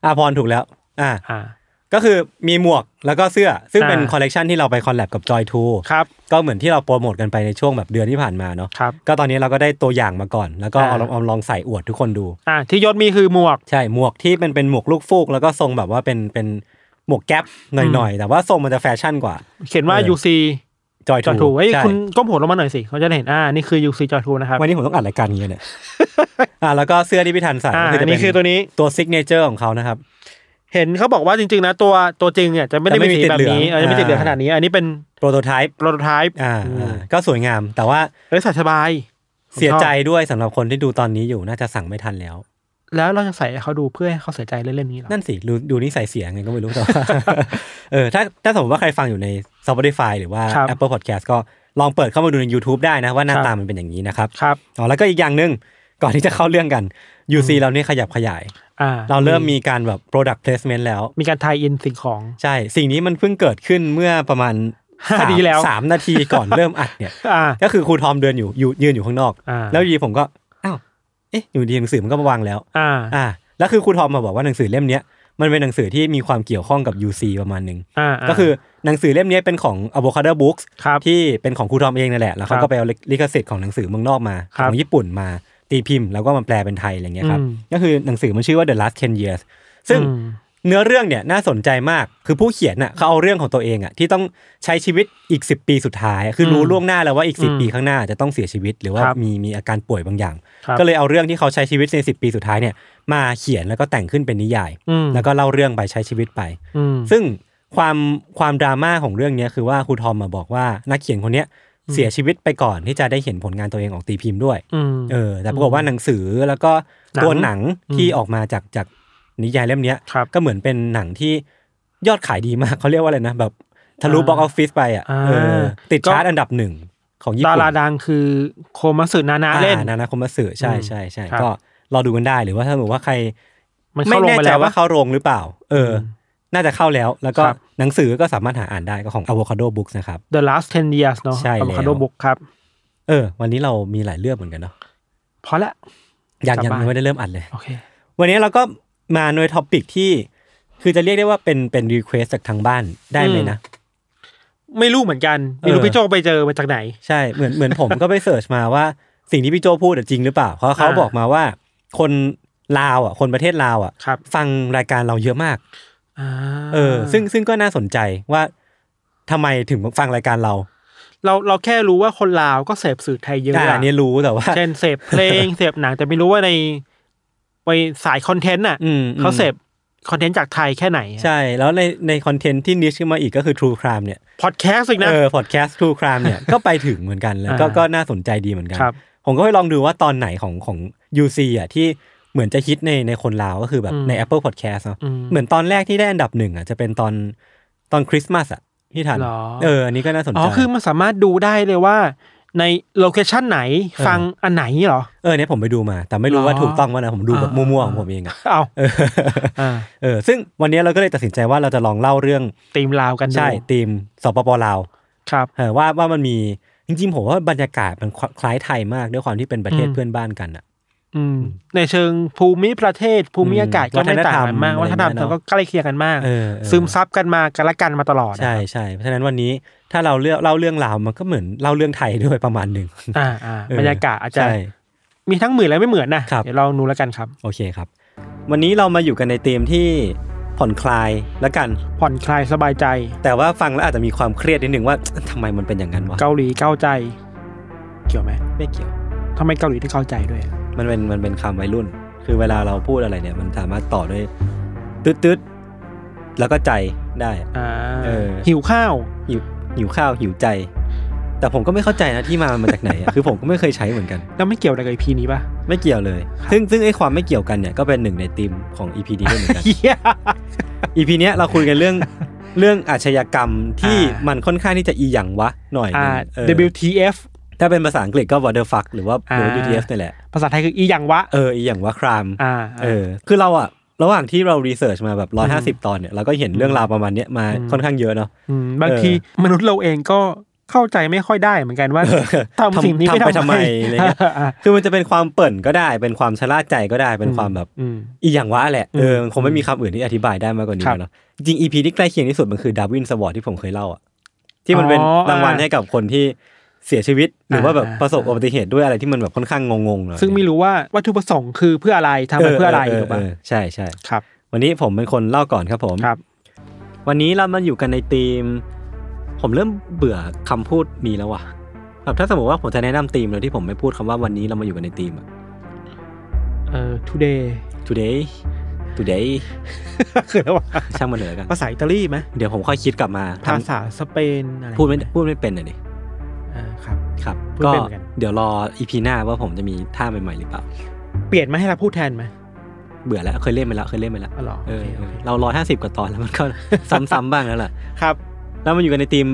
อาพรณ์ถูกแล้ว อ่า อ่า ก็คือมีหมวกแล้วก็เสื้อ ซึ่งเป็น อ่า คอลเลกชันที่เราไปคอลแลบกับจอยทู ครับ ก็เหมือนที่เราโปรโมทกันไปในช่วงแบบเดือนที่ผ่านมาเนาะ ครับ ก็ตอนนี้เราก็ได้ตัวอย่างมาก่อน แล้วก็เอาลอง อ่า เอาลองใส่อวดทุกคนดู อ่าที่ยศมีคือหมวก ใช่หมวกที่มันเป็นหมวกลูกฟูก แล้วก็ทรงแบบว่าเป็นเป็นหมวกแก๊ปหน่อยๆ แต่ว่าทรงมันจะแฟชั่นกว่า เขียนว่า เออ UC จอย จอยทู ทู เอ้ย ใช่ คุณก้มหัวลงมาหน่อยสิเขาจะได้เห็นอ่านี่คือ UC จอยทูนะครับ วันนี้ผมต้องอัดรายการอย่างเงี้ย เนี่ย อ่าแล้วก็เสื้อที่พี่ทันใส่ อ่า ก็จะ อัน เป็ นี้คือตัวนี้ ตัวซิกเนเจอร์ของเขานะครับ เห็นเขาบอกว่าจริงๆนะตัวตัวจริงเนี่ยจะไม่ได้ จะไม่มี มีสีแบบนี้ ติดเหลือง เออจะไม่ติดเหลือง อ่า ขนาดนี้ อันนี้เป็น โปรโตไทป์ โปรโตไทป์ อ่าก็สวยงาม แต่ว่า เอ้ยใส่สบายผมชอบ เสียใจด้วยสำหรับคนที่ดูตอนนี้อยู่น่าจะสั่งไม่ทันแล้ว แล้วเราจะใส่ให้เขาดูเพื่อให้เขาเสียใจเล่นๆนี้เหรอ นั่นสิดูดูนิสัยเสียไงก็ไม่รู้แต่ ว่า เออถ้าถ้าสมมติว่าใครฟังอยู่ใน Spotify หรือว่า ครับ Apple Podcast ก็ลองเปิดเข้ามาดูใน YouTube ได้นะว่าหน้า ครับ ตามันเป็นอย่างนี้นะครับ ครับ อ๋อแล้วก็อีกอย่างหนึ่งก่อนที่จะเข้าเรื่องกัน UC เราเนี่ยขยับขยาย อ่า เราเริ่มมีการแบบ product placement แล้ว มีการทายอินสิ่งของ ใช่ สิ่งนี้มันเพิ่งเกิดขึ้นเมื่อประมาณ ห้า สม นาทีแล้ว สามนาทีก่อน เริ่มอัด เนี่ย อ่า ก็คือครูทอมเดินอยู่อยู่ยืนอยู่ข้างนอก อ่า แล้วอยู่ดีผมก็อ้าวเอ๊ะอยู่ดีหนังสือมันก็มาวางแล้ว อ่า อ่า แล้วคือครูทอมมาบอกว่าหนังสือเล่มเนี้ยมันเป็นหนังสือที่มีความเกี่ยวข้องกับ UC ประมาณหนึ่ง อ่า ก็คือหนังสือเล่มเนี้ยเป็นของ Avocado Books ครับ ที่เป็นของครูทอมเองนั่นแหละ แล้วเขา ครั ก็ บ ไปเอาลิขสิทธิ์ของหนังสือเมืองนอกมา ครับ ของญี่ปุ่นมาตีพิมพ์แล้วก็มาแปลเป็นไทยอะไรเงี้ยครับ อืม ก็คือหนังสือมันชื่อว่า The Last 10 Years ซึ่ง อืม เนื้อเรื่องเนี่ยน่าสนใจมาก คือผู้เขียนน่ะเขาเอาเรื่องของตัวเองอ่ะที่ต้องใช้ชีวิตอีก 10 ปีสุดท้ายอะคือรู้ล่วงหน้าแล้วว่าอีก 10 ปีข้างหน้าจะต้องเสียชีวิต หรือว่า ครับ มีมีอาการป่วยบางอย่าง ครับ ก็เลยเอาเรื่องที่เขาใช้ชีวิตใน 10 ปีสุดท้ายเนี่ยมาเขียนแล้วก็แต่งขึ้นเป็นนิยาย อืม แล้วก็เล่าเรื่องไปใช้ชีวิตไป อืม ซึ่งความความดราม่าของเรื่องเนี้ยคือว่าครูทอมมาบอกว่านักเขียนคนเนี้ยเสียชีวิตไปก่อนที่จะได้เห็นผลงานตัวเองออกตีพิมพ์ด้วย อืม เออ แต่ปรากฏว่าหนังสือแล้วก็ หนัง ตัวหนังที่ อืม ออกมาจากจากนิยายเล่มเนี้ย ครับ ก็เหมือนเป็นหนังที่ยอดขายดีมาก เขาเรียกว่าอะไรนะแบบทะลุ อ่า บ็อกออฟฟิศไปอ่ะ อ่า เออติด ก็ ชาร์ตอันดับหนึ่งของญี่ ดา ปุ่น ราดังคือโคมัสึนานา อ่า เล่น นานาคมสือใช่ใช่ใช่ ครับ ก็รอดูกันได้หรือว่าถ้าสมมติว่าใคร มัน ไม่ เข้าลง แน่ ไป ใจ แล้ว ว่า ว่า เข้าโรงหรือเปล่า เอออ ม น่าจะเข้าแล้ว แล้วก็ ครับ หนังสือก็สามารถหาอ่านได้ก็ของ Avocado Books นะครับ The Last 10 Years เนาะ ใช่แล้ว คาโดบุกครับ เออ วันนี้เรามีหลายเรื่องเหมือนกันเนาะ พอละ ยัง กลับ ยัง บ้าน ยังไม่ได้เริ่มอัดเลย โอเค วันนี้เราก็มาในท็อปิกที่ คือจะเรียกได้ว่าเป็นเป็นรีเควสจากทางบ้านได้ไหมนะ ไม่รู้เหมือนกัน เออ ไม่รู้พี่โจไปเจอมาจากไหน ใช่ เหมือนเหมือนผมก็ไปเสิร์ชมาว่าสิ่งที่พี่โจพูดอะจริงหรือเปล่า เพราะเขา อ่า บอกมาว่าคนลาวอ่ะ คนประเทศลาวอ่ะ ครับ ฟังรายการเราเยอะมาก อ่า เออ ซึ่งซึ่งก็น่าสนใจว่าทำไมถึงฟังรายการเรา เราเราแค่รู้ว่าคนลาวก็เสพสื่อไทยเยอะ อ่า อะ อันนี้รู้แต่ว่า เช่นเสพเพลง เสพหนังแต่ไม่รู้ว่าในไปสายคอนเทนต์น่ะ อืม เขาเส อื พคอนเทนต์จากไทยแค่ไหน มใช่ แล้วในในคอนเทนต์ที่นิชขึ้นมาอีกก็คือ True Crime เนี่ย พอดแคสต์อีกนะ เออพอดแคสต์ True Crime เนี่ย ก็ไปถึงเหมือนกันแล้วก็ อ่า ก็น่าสนใจดีเหมือนกัน ครับ ผมก็ไปลองดูว่าตอนไหนของของ UC อ่ะที่เหมือนจะฮิตในในคนลาวก็คือแบบ อืม ใน Apple Podcast เนาะ อืม เหมือนตอนแรกที่ได้อันดับหนึ่งอ่ะจะเป็นตอนตอนคริสต์มาสอ่ะที่ทัน หรอ เอออันนี้ก็น่าสนใจ อ๋อคือมันสามารถดูได้เลยว่า ในโลเคชันไหนฟังอันไหนเหรอ เออเนี่ยผมไปดูมา แต่ไม่รู้ หรอ ว่าถูกต้องว่านะผมดูแบบ อ่า มั่วๆของผมเองอะ เอา เออ อ่า เออซึ่งวันนี้เราก็เลยตัดสินใจว่าเราจะลองเล่าเรื่อง ตีมลาวกันดู ใช่ทีมสปปลาว ครับ เออว่าว่ามันมีจริงๆผมว่าบรรยากาศมันคล้ายไทยมากด้วยความที่เป็นประเทศ อืม เพื่อนบ้านกันอะ อืมในเชิงภูมิประเทศภูมิอากาศ อืม ก็ไม่ต่างกันมาก วั วั ฒ ฒ น น ธ ธ ร ร รมอะรมไร เราก็ใกล้เคียงกันมาก เออเออ ซึมซับกันมากันละกันมาตลอด ใช่ใช่เพราะฉะนั้นวันนี้ถ้าเราเลือกเล่าเรื่องลาวมันก็เหมือนเล่าเรื่องไทย ด้วยประมาณหนึ่ง อ่าอ่าบรรยากาศอาจจะ ใช่ มีทั้งเหมือนและไม่เหมือนนะครับ เดี๋ยวลองดูแล้วกันครับ โอเคครับ วันนี้เรามาอยู่กันในธีมที่ผ่อนคลายละกัน ผ่อนคลายสบายใจ แต่ว่าฟังแล้วอาจจะมีความเครียดนิดนึงว่า ทำไมมันเป็นอย่างนั้นวะ เกาหลีเก้าใจ เกี่ยวไหม ไม่เกี่ยว ทำไมเกาหลีถึงเก้าใจด้วย มันเป็นมันเป็นคำวัยรุ่น คือเวลาเราพูดอะไรเนี่ย มันสามารถต่อด้วยตึ๊ดตึ๊ดแล้วก็ใจได้ อ่า เออ หิวข้าว หิวหิวข้าวหิวใจ แต่ผมก็ไม่เข้าใจนะที่มามันมาจากไหนอะ คือผมก็ไม่เคยใช้เหมือนกัน แล้วไม่เกี่ยวอะไรกับพีนี้ป่ะ ไม่เกี่ยวเลย ครับ ซึ่งซึ่งไอ้ความไม่เกี่ยวกันเนี่ยก็เป็นหนึ่งในธีมของ EP นี้ด้วยเหมือนกัน เหี้ย EP เนี้ยเราคุยกันเรื่อง เรื่องอาชญากรรมที่ อ่ามั มันค่อนข้างที่จะอีหยังวะหน่อย อ่า นึงเออ WTF ถ้าเป็นภาษาอังกฤษก็ what the fuck หรือว่าหรือ อ่า WTF นี่แหละ ภาษาไทยคืออีหยังวะ เอออีหยังวะคราม อ่า เออ คือเราอะระหว่างที่เรารีเสิร์ชมาแบบ 150 ตอนเนี่ยเราก็เห็นเรื่องราวประมาณเนี้ยมาค่อนข้างเยอะเนาะ มบาง เออ ทีมนุษย์เราเองก็เข้าใจไม่ค่อยได้เหมือนกันว่าทำสิ่งนี้ ทำไปทำไมอะไรเงี้ย อ่า คือมันจะเป็นความเปิ่นก็ได้ เป็นความชะล่าใจก็ได้เป็นความแบบ อืม อีกอย่างวะแหละเอออ ม มันคงไม่มีคำอื่นที่อธิบายได้มากกว่านี้ ครับ แล้วเนอะจริงอีพีที่ใกล้เคียงที่สุดมันคือดาวินสวอร์ที่ผมเคยเล่าอ่ะที่มันเป็น อ๋อ รางวัลให้กับคนที่เสียชีวิต หรือว่าแบบ อ่า ประสบอุบัติเหตุด้วยอะไรที่มันแบบค่อนข้างงงๆหน่อย ซึ่งไม่รู้ว่าวัตถุประสงค์คือเพื่ออะไรทำไปเพื่ออะไรถูกปะ เใช่ใช่ ครับ วันนี้ผมเป็นคนเล่าก่อนครับผม ครับ วันนี้เรามาอยู่กันในธีม ผมเริ่มเบื่อคำพูดนี้แล้วว่ะแบบถ้าสมมติว่าผมจะแนะนำธีมโดยที่ผมไม่พูดคำว่าวันนี้เรามาอยู่กันในธีมอะ เอ่อ today today today คืออะไรวะ ช่างมันเหลื อกัน ภาษาอิตาลีไหม เดี๋ยวผมค่อยคิดกลับมาทำ ภาษาสเปนอะไร พูดไม่พูดไม่เป็นอ่ะดิ อ่าครับ ครับ พูด ก็ ไม่เป็นเหมือนกัน เดี๋ยวรออีพีหน้าว่าผมจะมีท่าใหม่ๆหรือเปล่า เปลี่ยนมาให้เราพูดแทนไหม เบื่อแล้วเคยเล่นไปแล้วเคยเล่นไปแล้ว อ๋อเหรอ เออโอเคโอเค เราร้อยห้าสิบกว่าตอนแล้วมันก็ ซ้ำๆบ้างแล้วล่ะ ครับ แล้วมันอยู่กันในทีม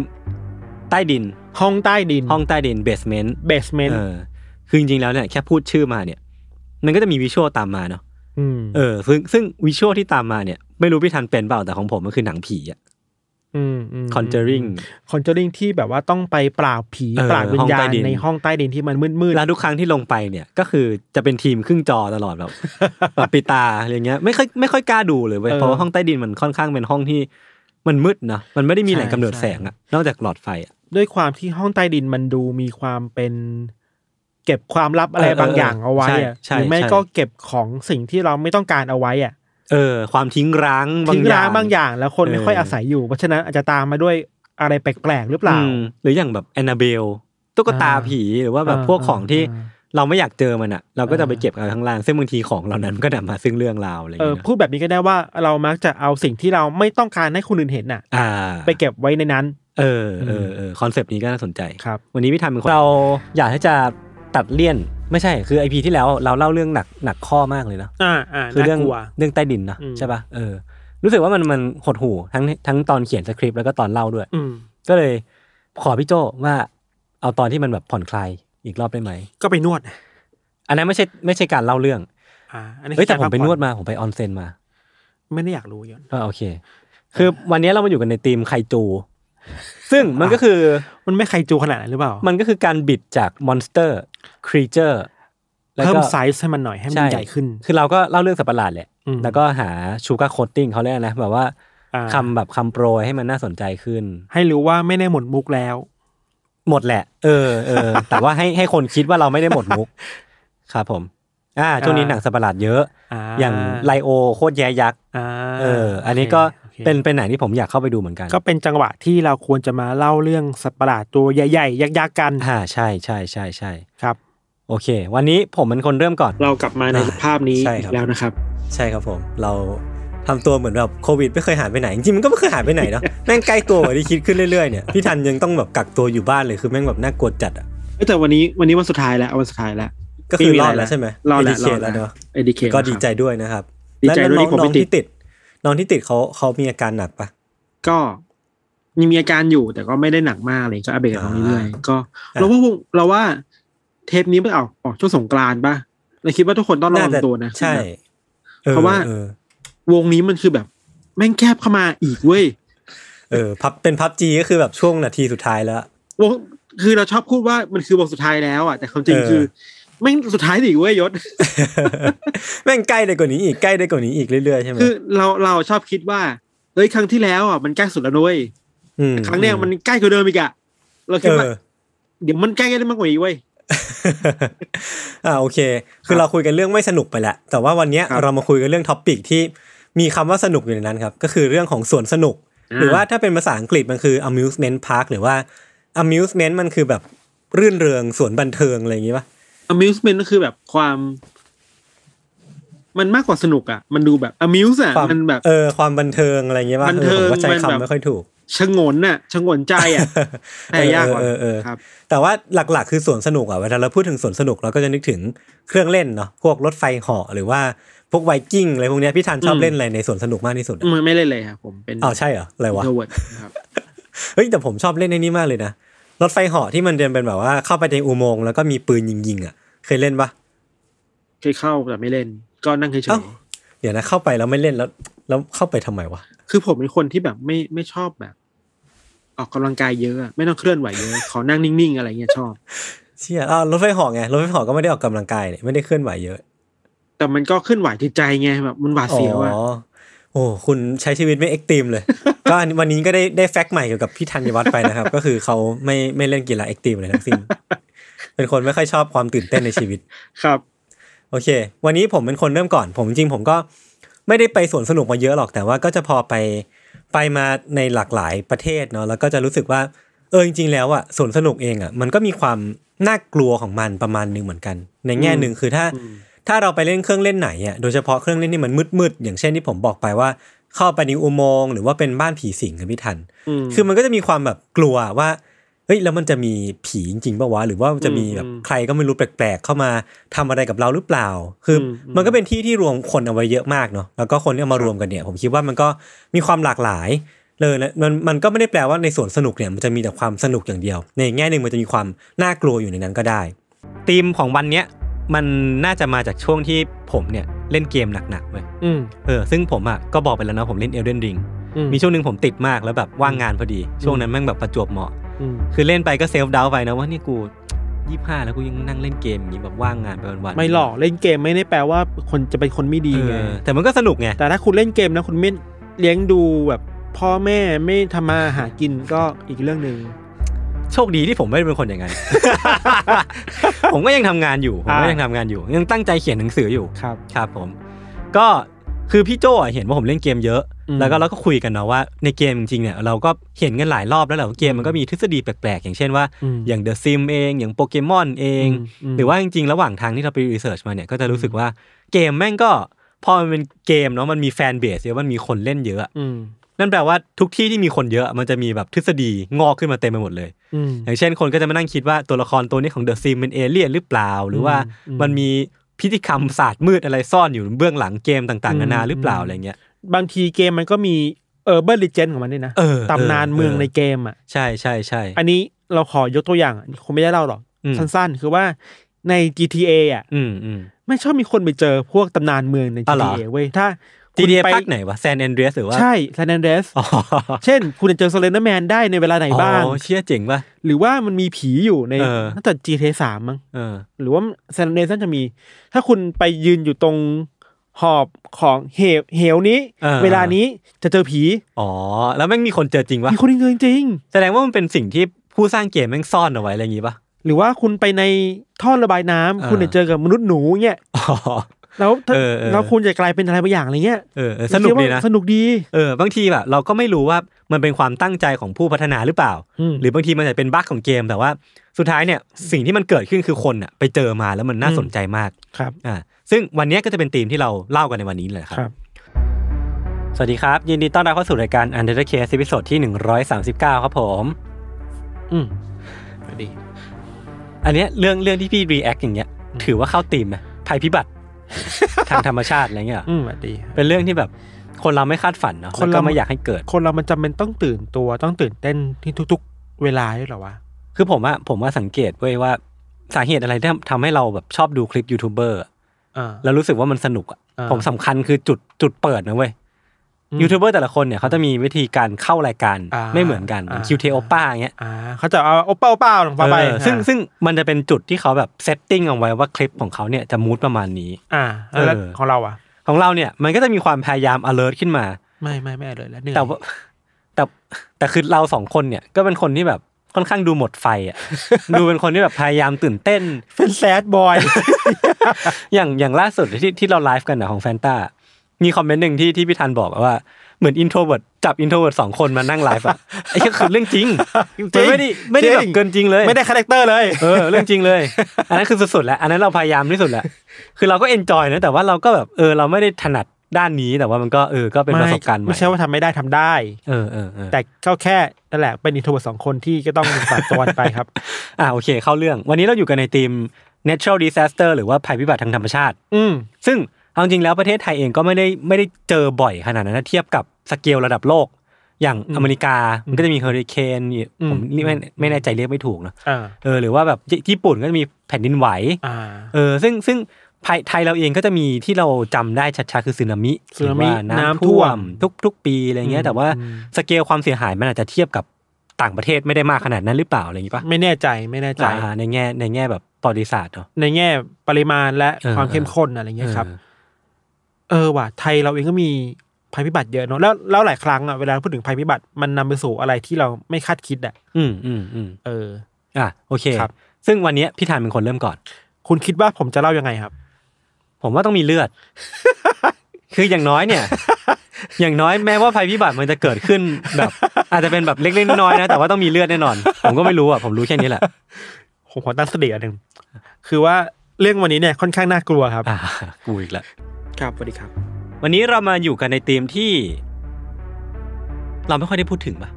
ใต้ดิน ห้องใต้ดิน ห้องใต้ดินเบสเมนต์ basement เออคือจริงๆแล้วเนี่ยแค่พูดชื่อมาเนี่ย มันก็จะมีวิชวลตามมาเนาะ อืม เออซึ่งซึ่งวิชวลที่ตามมาเนี่ยไม่รู้พี่ทันเป็นเปล่าแต่ของผมมันคือหนังผีอะ มม คอนเจอริง คอนเจอริงที่แบบว่าต้องไปปราบผี เออ ปราบวิญญา ห้องใต้ ณ ดิน ในห้องใต้ดินที่มันมืด แล้วทุกครั้งที่ลงไปเนี่ยก็คือจะเป็นทีมครึ่งจอตลอดแบบ แบบปิดตาอะไรเงี้ยไม่ค่อยไม่ค่อยกล้าดูเลยเว้ยเพราะว่าห้องใต้ดินมันค่อนข้างเป็นห้องที่มันมืดเนอะมันไม่ได้มีแหล่งกำเนิดแสงอะนอกจากหลอดไฟอะ ๆด้วยความที่ห้องใต้ดินมันดูมีความเป็น เก็บความลับอะไร เออเออบ างอย่างเอาไว้อะ ใช่ใช่ หรือไม่ ใช่ ก็เก็บของสิ่งที่เราไม่ต้องการเอาไว้อะ เออความทิ้งร้างบาง ทิ้ง อย่า ร้าง งบางอย่างแล้วคนไม่ เออ ค่อยอาศัยอยู่ เพราะฉะนั้นอาจจะตามมาด้วยอะไรแปลกๆหรือเปล่า อืมหรืออย่างแบบแอนนาเบลตุ๊กตาผีหรือว่าแบบ อ่า พวกของที่ อ่า เราไม่อยากเจอมันอะเราก็จะไปเก็บเอาข้างล่างซึ่งบางทีของเหล่านั้นมันก็นำมาซึ่งเรื่องราวอะไร เออ เงี้ยนะ พูดแบบนี้ก็ได้ว่าเรามักจะเอาสิ่งที่เราไม่ต้องการให้คนอื่นเห็นน่ะ อ่า ไปเก็บไว้ในนั้น เออเออเออคอนเซปต์นี้ก็น่าสนใจ ครับ วันนี้พี่ทันเป็นคนเราอยากที่จะตัดเลี่ยนไม่ใช่คือไอพีที่แล้วเราเล่าเรื่องหนักหนักข้อมากเลยนะ อ่าอ่า คือเรื่อง น่ากลัว เรื่องใต้ดินนะ อืม ใช่ปะ่ะเออ รู้สึกว่ามันมันหดหูทั้งทั้งตอนเขียนสคริปต์แล้วก็ตอนเล่าด้วย อืม ก็เลยขอพี่โจว่าเอาตอนที่มันแบบผ่อนคลายอีกรอบได้ไหม ก็ไปนวดนะ อันนั้นไม่ใช่ไม่ใช่การเล่าเรื่อง อ่า อันนี้ เอ้ยแต่ผมไป คือกรพักผ่อน นวดมาผมไปออนเซ็นมา ไม่ได้อยากรู้ยอน ก็โอเค คือวันนี้เรามาอยู่กันในทีมไคจู ซึ่งมันก็คือ มันไม่ใครจูขนาดนั้นหรือเปล่า มันก็คือการบิดจากมอนสเตอร์ครีเจอร์แล้ว เพิ่ม ก็ ไซส์ให้มันหน่อยให้มันใหญ่ขึ้น คือเราก็เล่าเรื่องสัตว์ประหลาดแหละ อืม แล้วก็หาชูการ์โคตติ้งเขาเรียกอะไรนะแบบว่า อ่า คำแบบคำโปรยให้มันน่าสนใจขึ้น ให้รู้ว่าไม่ได้หมดมุกแล้ว หมดแหละ เออเออ แต่ว่าให้ให้คนคิดว่าเราไม่ได้หมดมุก ครับผม อ่าช่วงนี้หนังสัตว์ประหลาดเยอะ อ่า อย่างไลโอโคตรแย่ยักษ์ อ่า เออ อันนี้ก็ โอค เป็นเป็นหนังที่ผมอยากเข้าไปดูเหมือนกัน ก็เป็นจังหวะที่เราควรจะมาเล่าเรื่องสัตว์ประหลาดตัวใหญ่ๆ ยักษ์ๆกัน อ่าใช่ใช่ใช่ใช่ ครับ โอเค วันนี้ผมเป็นคนเริ่มก่อน เรากลับมาในสภาพนี้ ใช่ อี ครับ กแล้วนะครับ ใช่ครับผม เราทำตัวเหมือนแบบโควิดไม่เคยหายไปไหน จริงๆมันก็ไม่เคยหายไปไหนเนาะ แม่งใกล้ตัวกว่าที่คิดขึ้นเรื่อยๆเนี่ย พี่ทันยังต้องแบบกักตัวอยู่บ้านเลยคือแม่งแบบน่ากลัวจัดอ่ะ เอ้ยแต่วันนี้วันนี้วันสุดท้ายแล้ววันสุดท้ายแล้ว ก็คือรอดแล้วใช่ไหม รอดแล้ว เอดิเคทแล้วเนาะ เอดิเคท ก็ แล้วครับ ดีใจด้วยนะครับ ดีใจด้วยที่ผม น้องๆไม่ติด ที่ติด น้องที่ติดเขาเขามีอาการหนักปะ ก็ ยังมีอาการอยู่แต่ก็ไม่ได้หนักมากเลยก็อัปเดตกันตรงนี้เรื่อยๆก็ อ่า เราว่าวงเราว่าเทปนี้มันออกออกช่วงสงกรานต์ป่ะเราคิดว่าทุกคนต้องระวังตัวนะ ใช่ออ เพราะว่า ออ วงนี้มันคือแบบแม่งแคบเข้ามาอีกเว้ย เออพับเป็นพับจีก็คือแบบช่วงนาทีสุดท้ายแล้ว วงคือเราชอบพูดว่ามันคือวงสุดท้ายแล้วอ่ะแต่ความจริง เออ คือไม่งสุดท้ายอีกเว้ยยศ แม่งใกล้ได้กว่านี้อีกใกล้ได้กว่านี้อีกเรื่อยๆใช่ไหม คือเราเราชอบคิดว่าเฮ้ยครั้งที่แล้วอ่ะมันใกล้สุดแล้วนุ้ย ม ครั้งเนี้ยมันใกล้กว่าเดิมอีกอ่ะเราคิด เอ ว่า อ เดี๋ยวมันใกล้ได้มากกว่านี้เว้ย อ่าโอเค คื ครั อบ เราคุยกันเรื่องไม่สนุกไปแล้วแต่ว่าวันเนี้ย ครับ เรามาคุยกันเรื่องท็อปปิกที่มีคำว่าสนุกอยู่ในนั้นครับ ก็คือเรื่องของสวนสนุก อ่า หรือว่าถ้าเป็นภาษาอังกฤษมันคือ amusement park หรือว่า amusement มันคือแบบรื่นเริงสวนบันเทิงอะไรอย่างงี้ป่ะ amusement ก็คือแบบความ มันมากกว่าสนุกอ่ะ มันดูแบบ amuse อ่ะ ความ มันแบบ เออความบันเทิงอะไรอย่างงี้ป่ะ บันเทิง ออผมว่าใช้ มันแบบ คำไม่ค่อยถูก ชงนน่ะชงนใจอ่ะ แต่ยากกว่า เออเออเออ ครับ แต่ว่าหลักๆ คือสวนสนุกอ่ะเวลาเราพูดถึงสวนสนุกเราก็จะนึกถึงเครื่องเล่นเนาะพวกรถไฟเหาะหรือว่าพวกไวกิ้งอะไรพวกเนี้ยพี่ธันชอบ อืม เล่นอะไรในสวนสนุกมากที่สุดอะ มันไม่เล่นเลยครับผมเป็น อ้าวใช่เหรออะไรวะ introvert ครับ เฮ้ยแต่ผมชอบเล่นในนี้มากเลยนะ รถไฟเหาะที่มันเดินเป็นแบบว่าเข้าไปในอุโมงค์แล้วก็มีปืนยิงๆอ่ะ เคยเล่นปะ เคยเข้าแต่ไม่เล่น ก็นั่งเฉ เอ้าย ๆ เดี๋ยวนะเข้าไปแล้วไม่เล่นแล้วแล้วเข้าไปทำไมวะ คือผมเป็นคนที่แบบไม่ไม่ชอบแบบ ออกกำลังกายเยอะอะไม่ต้องเคลื่อนไหวเยอะ ขอนั่งนิ่งๆอะไรเงี้ยชอบ เชี่ยอ้าวรถไฟเหาะไงรถไฟเหาะก็ไม่ได้ออกกำลังกายเนี่ยไม่ได้เคลื่อนไหวเยอะ แต่มันก็เคลื่อนไหวจิตใจไงแบบมันหวาด อ๋ เสียวอะ อโอ้คุณใช้ชีวิตไม่เอ็กตรีมเลย ก็อันวันนี้ก็ได้ได้แฟกต์ใหม่เกี่ยวกับพี่ธัญวัฒน์ไปนะครับ ก็คือเขาไม่ไม่เล่นกีฬาเอ็กตรีมเลยทั้งสิ้นเป็นคนไม่ค่อยชอบความตื่นเต้นในชีวิต ครับ โอเค วันนี้ผมเป็นคนเริ่มก่อน ผมจริงๆผมก็ไม่ได้ไปสวนสนุกมาเยอะหรอก แต่ว่าก็จะพอไปไปมาในหลากหลายประเทศเนาะ แล้วก็จะรู้สึกว่า เออจริงๆแล้วอะสวนสนุกเองอะมันก็มีความน่ากลัวของมันประมาณหนึงเหมือนกัน ในแง่หนึ่งคือถ้า อืม ถ้าเราไปเล่นเครื่องเล่นไหนอะโดยเฉพาะเครื่องเล่นที่มันมืดๆอย่างเช่นที่ผมบอกไปว่า เข้าไปในอุโมงค์หรือว่าเป็นบ้านผีสิงกันพี่ทัน อืม คือมันก็จะมีความแบบกลัวว่าเฮ้ยแล้วมันจะมีผีจริงๆปะวะหรือว่าจะมี อืม แบบ อืม ใครก็ไม่รู้แปลกๆ เข้ามาทำอะไรกับเราหรือเปล่า คืออ มอืม มันก็เป็นที่ที่รวมคนเอาไว้เยอะมากเนาะแล้วก็คนที่เอามารวมกันเนี่ย ผมคิดว่ามันก็มีความหลากหลายเลยนะมันมันก็ไม่ได้แปลว่าในส่วนสนุกเนี่ยมันจะมีแต่ความสนุกอย่างเดียว ในแง่หนึ่งมันจะมีความน่ากลัวอยู่ในนั้นก็ได้ธีมของวันเนี้ยมันน่าจะมาจากช่วงที่ผมเนี่ยเล่นเกมหนักๆเว้ย อืม เออซึ่งผมอ่ะก็บอกไปแล้วนะผมเล่น Elden Ring อื มีช่วงหนึ่งผมติดมากแล้วแบบว่างงานพอดี ช่วงนั้นแม่งแบบประจวบเหมาะ อืม คือเล่นไปก็เซลฟ์ดาวน์ไปนะว่านี่กูยี่ห้าแล้วกูยังนั่งเล่นเกมอย่างนี้แบบว่างงานไปวันๆ ไม่หรอกเล่นเกมไม่ได้แปลว่าคนจะเป็นคนไม่ดีไง เออแต่มันก็สนุกไง แต่ถ้าคุณเล่นเกมแล้วคุณไม่เลี้ยงดูแบบพ่อแม่ไม่ทำมาหากินก็อีกเรื่องหนึ่ง โชคดีที่ผมไม่ได้เป็นคน อย่างนั้น ผมก็ยังทำงานอยู่ผมก็ อ่ายั ยังทำงานอยู่ ยังตั้งใจเขียนหนังสืออยู่ ครับ ครับผม ก็คือพี่โจ้อะเห็นว่าผมเล่นเกมเยอะ อืม แล้วก็เราก็คุยกันเนาะว่าในเกมจริงๆเนี่ยเราก็เห็นกันหลายรอบแล้วแหละว่าเกมมันก็มีทฤษฎีแปลกๆ อย่างเช่นว่า อย่างเดอะซิมเองอย่างโปเกมอนเอง ม หรือว่าจริงๆ ระหว่างทางที่เราไปรีเสิร์ชมาเนี่ยก็จะรู้สึกว่าเกมแม่งก็ พอมันเป็นเกมเนาะมันมีแฟนเบสเยอะมันมีคนเล่นเยอะ อืม นั่นแปลว่าทุกที่ที่มีคนเยอะมันจะมีแบบทฤษฎีงอกขึ้นมาเต็มไปหมดเลย อืม อย่างเช่นคนก็จะมานั่งคิดว่าตัวละครตัวนี้ของเดอะซิมเป็นเอเลี่ยนหรือเปล่า หรือว่า อืม มันมีพิธีกรรมศาสตร์มืดอะไรซ่อนอยู่เบื้องหลังเกมต่างๆนานาหรือเปล่า อืม อะไรเงี้ย บางทีเกมมันก็มีเออเบอร์ลิเจนของมันด้วยนะ เออ ตำนาน เออ เมือง เออ ในเกมอ่ะ ใช่ใช่ใช่ อันนี้เราขอยกตัวอย่างคงไม่ได้เล่าหรอก อืม สั้นๆ คือว่าใน GTA อ่ะ อืมอืม ไม่ชอบมีคนไปเจอพวกตำนานเมืองใน อ๋อเหรอ GTA เว้ยถ้า จี คุณ เดีย ไป ภาคไหนวะแซนแอนเดรียสหรือว่า ใช่ซานแอนเดรส อ๋อ เช่น คุณจะเจอ s ซเลนเดอร์แมนได้ในเวลาไหนบ้าง อ๋อเชี่ยเจ๋งป่ะ หรือว่ามันมีผีอยู่ใน เออ น่าจะ GTA สามมั้ง เออ หรือว่าซานแอนเดรสน่าจะมี ถ้าคุณไปยืนอยู่ตรงหอบของเหวเหวนี้ เออ เวลานี้จะเจอผี อ๋อแล้วแม่งมีคนเจอจริงวะ มีคนเงินจริง แสดงว่ามันเป็นสิ่งที่ผู้สร้างเกมแม่งซ่อนเอาไว้อะไรอย่างงี้ปะ หรือว่าคุณไปในท่อระบายน้ำ เออ คุณจะเจอกับมนุษย์หนูเนี่ย อ๋อ แล้วถ้า เออเออ แล้วคุณจะกลายเป็นอะไรบางอย่างอะไรเงี้ย เออเออสนุกดีนะ คิว่าสนุกดี เออบางทีแบบเราก็ไม่รู้ว่ามันเป็นความตั้งใจของผู้พัฒนาหรือเปล่า หรือบางทีมันอาจจะเป็นบั๊กของเกม แต่ว่าสุดท้ายเนี่ยสิ่งที่มันเกิดขึ้นคือคนอ่ะไปเจอมาแล้วมันน่าสนใจมาก ครับ อ่าซึ่งวันเนี้ยก็จะเป็นธีมที่เราเล่ากันในวันนี้แหละครับ สวัสดีครับ ยินดีต้อนรับเข้าสู่รายการ Under the Case ซีพิโซดที่ 139 ครับผม อืมดี อันเนี้ยเรื่องเรื่องที่พี่ react อย่างเงี้ย อืม ถือว่าเข้าธีมไหมภัยพิบัติ ทางธรรมชาติอะไรเงี้ยเหรอ อืมดี เป็นเรื่องที่แบบ คนเราไม่คาดฝันเนาะ คน แล้ว เรา ก็ไม่อยากให้เกิด คนเรามันจำเป็นต้องตื่นตัวต้องตื่นเต้นที่ทุก ๆ เวลาด้วยเหรอวะ คือผมว่าผมว่าสังเกตเว้ยว่าสาเหตุอะไรที่ทำให้เราแบบชอบดูคลิปยูทูบเบอร์อะ อ่า แล้วรู้สึกว่ามันสนุกอะ อ่า ผมสำคัญคือจุดจุดเปิดนะเว้ย อืม ยูทูบเบอร์แต่ละคนเนี่ยเขาจะมีวิธีการเข้ารายการ อ่า ไม่เหมือนกัน อ่า คิวเทโอป้าอย่างเงี้ย อ่าเขาจะเอาโอเป้าเป้าลงไปไป เออซึ่งซึ่งมันจะเป็นจุดที่เขาแบบเซตติ้งเอาไว้ว่าคลิปของเขาเนี่ยจะมูดประมาณนี้ อ่าแล้ว เออ ของเราอ่ะ ของเราเนี่ยมันก็จะมีความพยายาม alert ขึ้นมา ไม่ไม่ไม่เลยแล้วเหนื่อย แต่ว่า แต่แต่คือเราสองคนเนี่ยก็เป็นคนที่แบบค่อนข้างดูหมดไฟ อ่ะ ดูเป็นคนที่แบบพยายามตื่นเต้น เป็นแซด บอย อย่างอย่างล่าสุดที่ที่เราไลฟ์กันนะของแฟนตามีคอมเมนต์หนึ่งที่ที่พี่ธันบอกอะว่าเหมือนอินโทรเวิร์ดจับอินโทรเวิร์ดสองคนมานั่งไลฟ์ อ่ะ ไอ้ก็คือเรื่องจริงมันไม่ได้ไม่ได้ จแบริงบเกินจริงเลย ไม่ได้คาแรคเตอร์เลย เออเรื่องจริงเลย อันนั้นคือสุดๆแล้วอันนั้นเราพยายามที่สุดแล้วคือเราก็เอนจอยนะแต่ว่าเราก็แบบเออเราไม่ได้ถนัดด้านนี้แต่ว่ามันก็เออก็เป็นประสบการณ์ใหม่ ไม่ใช่ว่าทำไม่ได้ทำได้ เออเออเออ แต่ก็แค่นั่นแหละเป็นอินโทรสองคนที่ก็ต้องปรับตัวกันไปครับ อ่ะโอเคเข้าเรื่อง วันนี้เราอยู่กันในทีม natural disaster หรือว่าภัยพิบัติทางธรรมชาติ อืม ซึ่งเอาจริงแล้วประเทศไทยเองก็ไม่ได้ไม่ได้เจอบ่อยขนาดนั้นนะเทียบกับสเกลระดับโลก อย่างอเมริกามันก็จะมีเฮอริเคนผมนี่ไม่ไม่แน่ใจเรียกไม่ถูกเนอะ อ่า เออหรือว่าแบบญี่ปุ่นก็จะมีแผ่นดินไหว อ่า เออซึ่งซึ่งภายไทยเราเองก็จะมีที่เราจำได้ชัดๆคือสึนามิ สึนามิ หรือว่า น้ำ น้ำ ท่ ท่ ว ว ม มทุกทุกปีอะไรเงี้ อื ย ม แต่ว่า อืม สเกลความเสียหายมันอาจจะเทียบกับต่างประเทศไม่ได้มากขนาดนั้นหรือเปล่าอะไรอย่างงี้ปะ ไม่แน่ใจไม่แน่ใจ อ่าในแง่ในแง่แบบประวัติศาสตร์เนาะ ในแง่ปริมาณและ เออ ความเข้มข้นอะไรเงี้ยครับ เออ เออว่ะไทยเราเองก็มีภัยพิบัติเยอะเนอะแล้วแล้วหลายครั้งอ่ะเวลาพูดถึงภัยพิบัติมันนำไปสู่อะไรที่เราไม่คาดคิดอ่ะ อืมอืมอืม เออ อ่ะโอเค ครับ ซึ่งวันเนี้ยพี่ธานเป็นคนเริ่มก่อน คุณคิดว่าผมจะเล่ายังไงครับ ผมว่าต้องมีเลือด คืออย่างน้อยเนี่ย อย่างน้อยแม้ว่าภัยพิบัติมันจะเกิดขึ้นแบบ อาจจะเป็นแบบเล็กๆน้อยๆนะแต่ว่าต้องมีเลือดแน่นอน ผมก็ไม่รู้อ่ะผมรู้แค่นี้แหละ ผมขอตั้งสติอันหนึ่งคือว่าเรื่องวันนี้เนี่ยค่อนข้างน่ ากลัวครับ อ่ากูอีกละ ครับสวัสดีครับ วันนี้เรามาอยู่กันในธีมที่ เราไม่ค่อยได้พูดถึงป่ะ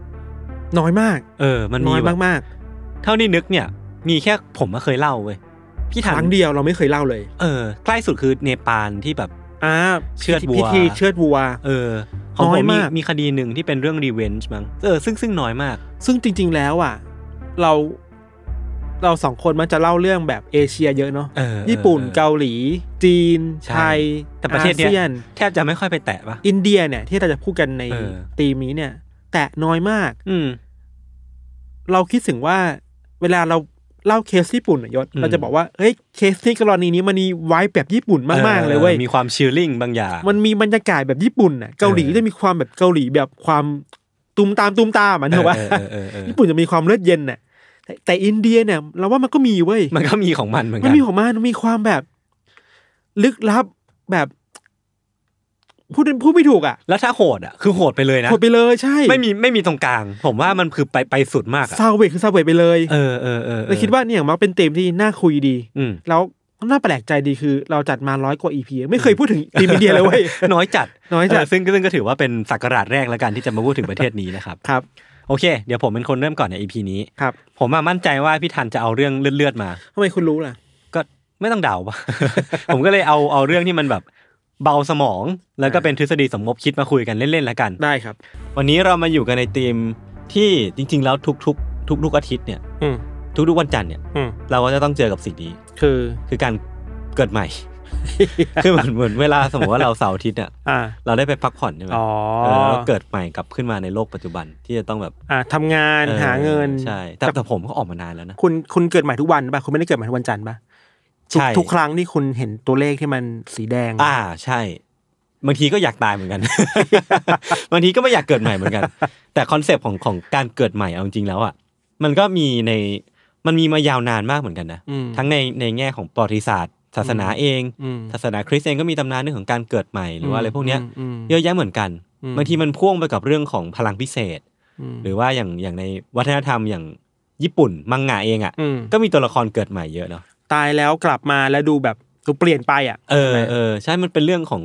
น้อยมาก เออ มัน น้ มี อย แบบ มาก เท่านี้นึกเนี่ย มีแค่ผมมาเคยเล่าเว้ย พี่ ๆค ถาม รั้งเดียวเราไม่เคยเล่าเลย เออ ใกล้สุดคือเนปาลที่แบบ อ่า เชือดวัว พิธีเชือดวัว เออ ของ น้ ผ อย ม มา มี ก มีคดีหนึ่งที่เป็นเรื่องรีเวนจ์มั้ง เออ ซึ่งซึ่งน้อยมาก ซึ่งจริง ๆ แล้วอ่ะ เราเราสองคนมันจะเล่าเรื่องแบบเอเชียเยอะเนาะ เออ ญี่ปุ่น เออ เกาหลี จีน ใช่ ไทย แต่ประเทศเนี้ย อาซียน แทบจะไม่ค่อยไปแตะป่ะ อินเดียเนี่ย ที่เราจะพูดกันใน เออ ตีมนี้เนี่ย แตะน้อยมาก อืม เราคิดถึงว่าเวลาเราเล่าเคสญี่ปุ่นอะยศ อืม เราจะบอกว่าเฮ้ยเคสนี้กรณีนี้มันมีไว้แบบญี่ปุ่นมากๆเลยเว้ย มีความชิลลิ่งบางอย่าง มันมีบรรยากาศแบบญี่ปุ่นน่ะเกาหลี เออ จะมีความแบบเกาหลีแบบความตุมตามตุมตามอ่ะ เอ เน อ อะว่า เออเออเออ ญี่ปุ่นจะมีความเลือดเย็นน่ะแต่แต่อินเดียเนี่ยเราว่ามันก็มีเว้ย มันก็มีของมันเหมือน มั กัน น มีของมันมันมีความแบบ ลึกลับแบบพูดพูดไม่ถูกอ่ะ แล้วถ้าโหดอ่ะ คือโหดไปเลยนะ หมดไปเลยใช่ ไม่มีไม่มีตรงกลาง ผมว่ามันคือไปไปสุดมากอะ ซาวเวกคือซาวเวกไปเลย เออเออเออออ เราคิดว่าเนี่ยมันเป็นเต็มที่น่าคุยดี อืม แล้วน่าแปลกใจดีคือ เราจัดมาร้อยกว่าอีพีไม่เคยพูดถึง ทีมอินเดียเลยเว้ย น้อยจัด น้อยจัด เซึ่งซึ่งก็ถือว่าเป็นสักราชแรกแล้วกันที่จะมาพูดถึงประเทศนี้นะครับ ครับ โอเค เดี๋ยวผมเป็นคนเริ่มก่อนใน EP นี้ ครับ ผมอะมั่นใจว่าพี่ทันจะเอาเรื่องเลือดๆมา ทำไมคุณรู้ล่ะ ก็ไม่ต้องเดาปะ ผมก็เลยเอาเอาเรื่องที่มันแบบเบาสมอง แล้วก็เป็นทฤษฎีสมมบคิดมาคุยกันเล่นๆแล้วกัน ได้ครับ วันนี้เรามาอยู่กันในทีมที่จริง ๆ แล้วทุกๆ ทุกๆอาทิตย์เนี่ย อืม ทุกๆวันจันทร์เนี่ย อืม เราก็จะต้องเจอกับสิ่งนี้ คือ คือการเกิดใหม่ คือเหมือนเหมือนเวลาสมมติว่าเราเสาร์อาทิตย์เนี่ย อ่า เราได้ไปพักผ่อนใช่ไหม อ๋อ เออแล้วเกิดใหม่กลับขึ้นมาในโลกปัจจุบันที่จะต้องแบบ อ่าทำงาน ออ หาเงิน ใช่แต่แต่ผมก็ออกมานานแล้วนะ คุณคุณเกิดใหม่ทุกวันป่ะคุณไม่ได้เกิดใหม่ทุกวันจันทร์ป่ะทุก ใช่ ทุกครั้งที่คุณเห็นตัวเลขที่มันสีแดง อ่าใช่ บางทีก็อยากตายเหมือนกัน บางทีก็ไม่อยากเกิดใหม่เหมือนกัน แต่คอนเซปต์ของของการเกิดใหม่เอาจริงๆแล้วอ่ะมันก็มีในมันมีมายาวนานมากเหมือนกันนะ อืม ทั้งในในแง่ของประวัติศาสตร์ ศาสนาเอง อืม ศาสนาคริสต์เองก็มีตำนานเรื่องของการเกิดใหม่หรือว่าอะไรพวกเนี้ย มม เยอะแยะเหมือนกัน อืม บางทีมันพ่วงไปกับเรื่องของพลังพิเศษ ม หรือว่าอย่างอย่างในวัฒนธรรมอย่างญี่ปุ่นมังงะเองอ่ะ อืม ก็มีตัวละครเกิดใหม่เยอะเนาะ ตายแล้วกลับมาแล้วดูแบบดูเปลี่ยนไปอ่ะ เออ เออ ใช่ มันเป็นเรื่องของ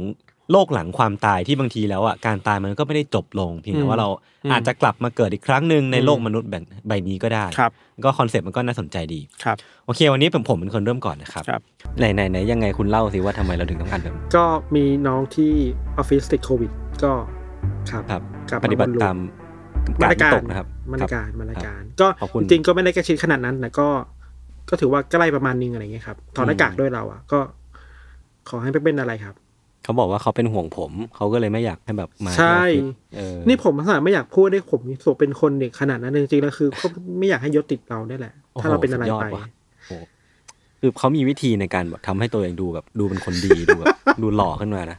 โลกหลังความตายที่บางทีแล้วอ่ะการตายมันก็ไม่ได้จบลงเพียงแต่ว่าเรา อืม อาจจะกลับมาเกิดอีกครั้งหนึ่งใน อืม โลกมนุษย์แบบใบนี้ก็ได้ ครับ ก็คอนเซ็ปต์มันก็น่าสนใจดี ครับ โอเค วันนี้ผมผมเป็นคนเริ่มก่อนนะครับ ครับ ไหนไหนไหนยังไงคุณเล่าสิว่าทำไมเราถึงต้องการแบบ ก็มีน้องที่ออฟฟิศติดโควิด ก็ครับ ครับ กลับ ปฏิบัติตาม มาตรการ ตกนะครับ มาตรการ คบ มาตรการ ก็ ขอบคุณ จริงๆก็ไม่ได้ใกล้ชิดขนาดนั้นแต่ก็ ก็ถือว่าใกล้ประมาณนึงอะไรเงี้ยครับถอดหน้า อืม กากด้วยเราอ่ะ ก็ขอให้ไม่เป็นอะไรครับ เขาบอกว่าเขาเป็นห่วงผม เขาก็เลยไม่อยากให้แบบมาที่อใช่อฟฟิศเออ นี่ผมขนาดไม่อยากพูดได้ผมสกเป็นคนเด็กขนาดนั้นจริงๆแล้วคือก็ไม่อยากให้ยศติดเราได้แหละ โโห ถ้าเราเป็นอะไร สุดยด ไป ว่ะโอ้โหคือเขามีวิธีในการแบบทำให้ตัวเองดูแบบดูเป็นคนดี ดูแบบ ดูหล่อขึ้นมานะ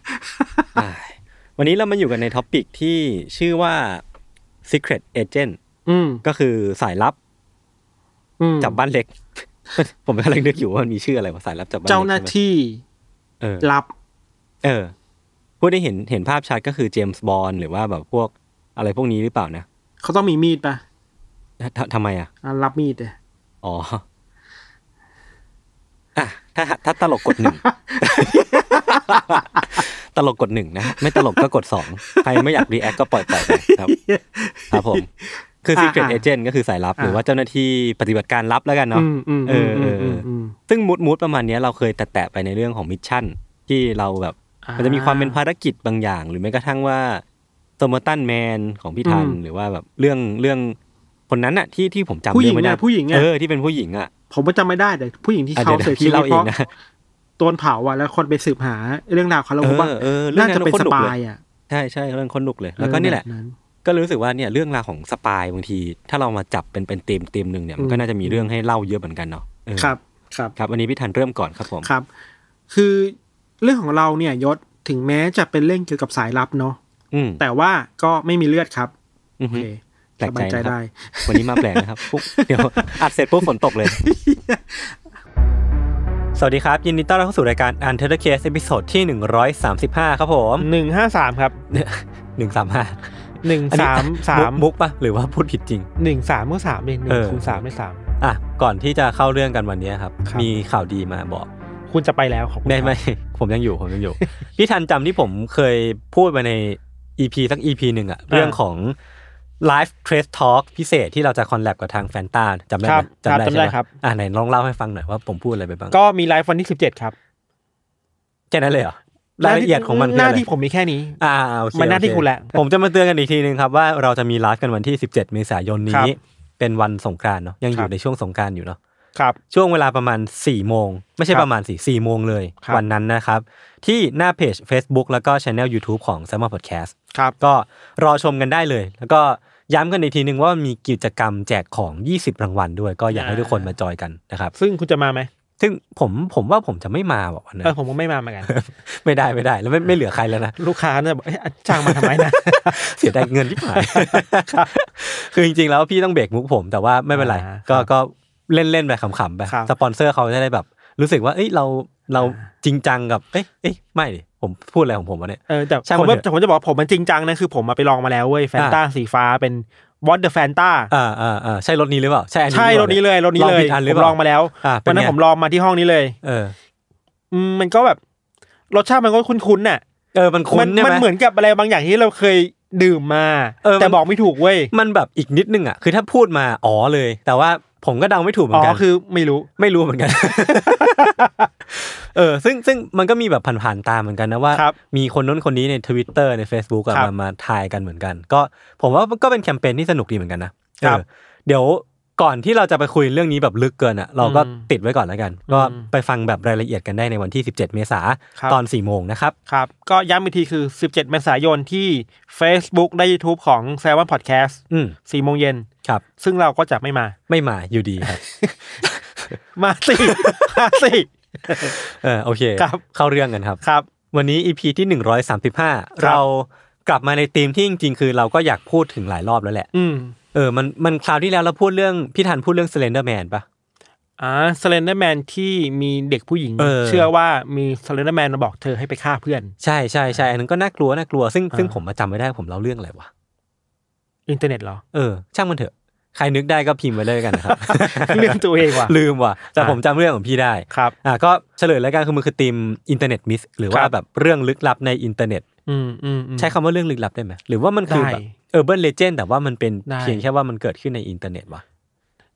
อ่าวันนี้เรามาอยู่กันในท็อปิกที่ชื่อว่า Secret Agent อืม ก็คือสายลับ อืม จับบ้านเล็ก ผมกำลังนึกอยู่ว่ามันมีชื่ออะไรว่าสายลับจับบ้านล็ก เจ้าหน้า ใช่ไหม ที่ เออ รับ เออพูดได้เห็นเห็นภาพชัดก็คือเจมส์บอลหรือว่าแบบพวกอะไรพวกนี้หรือเปล่านะ เขาต้องมีมีดปะ ททำไมอ่ะ อ่ะรับมีดเลย อ๋ออ่ะถ้าถ้าตลกกดหนึ่ง ตลกกดหนึ่งนะ ไม่ตลกก็กดสองใครไม่อยากรีแอคก็ปล่อยปล่อยไปครับ ครับผม คือ Secret ะอ่ะ Agent ก็คือสายลับ หรือว่าเจ้าหน้าที่ปฏิบัติการลับแล้วกันเนาะ อืมอืม เออเออ มมม ซึ่งมูดมูดประมาณเนี้ยเราเคยแตะๆไปในเรื่องของมิชชั่น ที่เราแบบ อ่ มันจะมีความเป็นภารกิจบางอย่าง หรือแม้กระทั่งว่าโซมตันแมนของพี่ทัน อืม หรือว่าแบบเรื่องเรื่องคนนั้นอะที่ที่ผมจำ ผู้หญิง เรื่องไม่ได้ อะผู้หญิงอะ เออที่เป็นผู้หญิงอะ ผมก็จำไม่ได้แต่ผู้หญิงที่ อ่ะ เขา เดี๋ยวเดี๋ยวเสียชี พี่ วิต เล่า เพ เอง ราะ นะ โดนเผาอ่ะแล้วคนไปสืบหาเรื่องราวเขาแล้ว เอ ผมว่า อเออเรื่อง น่าจะเป็นสปายอ่ะ ใช่ใช่เรื่องคนลุกเลย แล้วก็นี่แหละ เออบบ ก็เลยรู้สึกว่าเนี่ยเรื่องราวของสปายบางที ถ้าเรามาจับเป็นเป็นเต็มเต็มหนึ่งเนี่ยมันก็ อืม น่าจะมีเรื่องให้เล่าเยอะเหมือนกันเนาะเออ ครับครับ ครับวันนี้พี่ทันเริ่มก่อนครับผม ครับ คือเรื่องของเราเนี่ยยศถึงแม้จะเป็นเรื่องเกี่ยวกับสายลับเนาะ อืม แต่ว่าก็ไม่มีเลือดครับ อือ โอ ฮึ เค แปล ส ก บา ใจ ยนะคใจรับ ได้ วันนี้มาแปลกนะครับปุ๊บเดี๋ยว อัดเสร็จปุ๊บฝนตก เลย สวัสดีครับ ยินดีต้อนรับเข้าสู่รายการ u n t e r Case ตอนที่ 135 ครับผม หนึ่งห้าสามครับ 135 หนึ่ง อันนี้ สามสาม มุกปะหรือว่าพูดผิดจริง หนึ่งสามก็สามเองหนึ่ เอง อ คูณสามไม่สาม อ่ะ ก่อนที่จะเข้าเรื่องกันวันนี้ครับ ครับ มีข่าวดีมาบอก คุณจะไปแล้วขอบคุณ ไม่ ไม่ ผมยังอยู่ผมยังอยู่ พี่ทันจำที่ผมเคยพูดไปใน EP สัก EP หนึ่งอะเรื่องของ Live Trace Talk พิเศษที่เราจะคอนแลบกับทางแฟนตาจำได้ ค ไห รับคมรับจำได้ ใช่หม ครับ อ่ะไหนลองเล่าให้ฟังหน่อยว่าผมพูดอะไรไปบ้าง ก็มีไลฟ์วันที่สิบเจ็ดครับ แค่นั้นเลยเหรอรายละเอียดของมันคือ หน้า อะไร ที่ผมมีแค่นี้ อ่าโอเค มันหน้าที่ โอเ คุณแหละ ผมจะมาเตือนกันอีกทีนึงครับว่าเราจะมีไลฟ์กันวันที่ 17 เมษายน ครั นี้ บ เป็นวันสงกรานต์เนาะยังอ ค ยู่ รับ ในช่วงสงกรานต์อยู่เนาะ ครับ ช่วงเวลาประมาณ 4 โมง ไม่ใช่ ครับ ประมาณ4 4โมงเลย ครับ วันนั้นนะครับ ที่หน้าเพจ Facebook แล้วก็ช anel YouTube ของ s ซ m m e r Podcast ครับ ก็รอชมกันได้เลย แล้วก็ย้ำกันอีกทีนึงว่ามีกิจกรรมแจกของ 20 รางวัลด้วย ก็อยากให้ทุกคนมาจอยกันนะครับ ซึ่งคุณจะมาไหม ซึ่งผมผมว่าผมจะไม่มาบอกวันนั้ เออน ผมก็ไม่มาเหมือนกัน ไม่ได้ไม่ได้แล้วไม่ไม่เหลือใครแล้วนะ ลูกค้าเนี่ยบอกเอ๊ะจ้างมาทำไม นะ เสียดายเงินที่ผ่าน คือจริงๆ แล้วพี่ต้องเบรกมุกผม แต่ว่าไม่เป็นไร อ่า ก็ ครับ ก็เล่นๆไปขำๆไป ครับ สปอนเซอร์เขาจะได้แบบ รู้สึกว่า เอ้ยเราเรา อ่า จริงจังกับ เอ้ยเอ้ยไม่ดิผมพูดอะไรของผมวะเนี่ย เออแต่ ช่าง ผ มั ม น ว่า เถอะ แต่ผมจะบอกว่าผมมันจริงจังนะ คือผมมาไปลองมาแล้วเว้ยแฟนตาสีฟ้าเป็นวอตเดอะแฟนตา อ่าอ่าอ่าใช่รถนี้หรือเปล่า ใช่อันนี้ ใช่ ห ร อ ถ ปา นี้เลยรถนี้ อง เลย ผิดอันหรือ ผม เปล่า ลองมาแล้ว อ่าเป็ วัน น ไง นั้นผมลองมาที่ห้องนี้เลย เออ อืมมันก็แบบรสชาติมันก็คุ้นๆน่ะ เออมันคุ้ มัน น ใช่ไห มัน ม เหมือนกับอะไรบางอย่างที่เราเคยดื่มมา เออมัน แต่บอกไม่ถูกเว้ย มันแบบอีกนิดนึงอ่ะคือถ้าพูดมาอ๋อเลย แต่ว่าผมก็เดาไม่ถูกเหมือ อ๋ น อ กัน คือไม่รู้ ไม่รู้เหมือนกัน เออ ซึ่งซึ่งมันก็มีแบบผ่านๆตามเหมือนกันนะว่า ครับ มีคนนู้นคนนี้ใน Twitter ใน Facebook อะ ครับ มามาทายกันเหมือนกัน ก็ผมว่าก็เป็นแคมเปญที่สนุกดีเหมือนกันนะครับ เออเดี๋ยวก่อนที่เราจะไปคุยเรื่องนี้แบบลึกเกินอ่ะ เราก็ อืม ติดไว้ก่อนแล้วกัน ก็ อืม ไปฟังแบบรายละเอียดกันได้ในวันที่ 17 เมษา ครับ ตอน 4 โมงนะครับ ครับก็ย้ำอีกทีคือ 17 เมษายนที่ Facebook และ YouTube ของ s ซ l m o n Podcast อืม 4โมงเย็น ครับ ซึ่งเราก็จะไม่มา ไม่มาอยู่ดีครับ มา สิ มาสิ เออโอเค ครับ เข้าเรื่องกันครับ ครับ วันนี้ EP ที่ 135 เรากลับมาในธีมที่จริงๆ คือเราก็อยากพูดถึงหลายรอบแล้วแหละ อืม เออ มัน มันคราวที่แล้วเราพูดเรื่อง พี่ทันพูดเรื่อง Slenderman ปะ อ่าสเลนเดอร์แมนที่มีเด็กผู้หญิง เออ อว่ามีสเลนเดอร์แมนมาบอกเธอให้ไปฆ่าเพื่อน ใช่ใช่ใช่อันนั้นก็น่ากลัว น่ากลัว ซึ่ง ซึ่ง อ่า ผมมาจำไม่ได้ผมเล่าเรื่องอะไรวะ อินเทอร์เน็ตเหรอ เออ ช่างมันเถอะ ใครนึกได้ก็พิมพ์ไว้เลยกัน นะครับ เรื่องตัวเองว่ะ ลืมว่ะ แต่ อ่ะ ผมจำเรื่องของพี่ได้ ครับ อ่ะก็เฉลยแล้วกันคือมันคือธีมอินเทอร์เน็ตมิสหรือว่า ครับ แบบเรื่องลึกลับในอินเทอร์เน็ต อืมอืมอืม ใช้คำว่าเรื่องลึกลับได้ไหมหรือว่ามันคือ ได้ แบบเออร์เบิร์นเลเจนด์แต่ว่ามันเป็น ได้ เพียงแค่ว่ามันเกิดขึ้นในอินเทอร์เน็ตวะ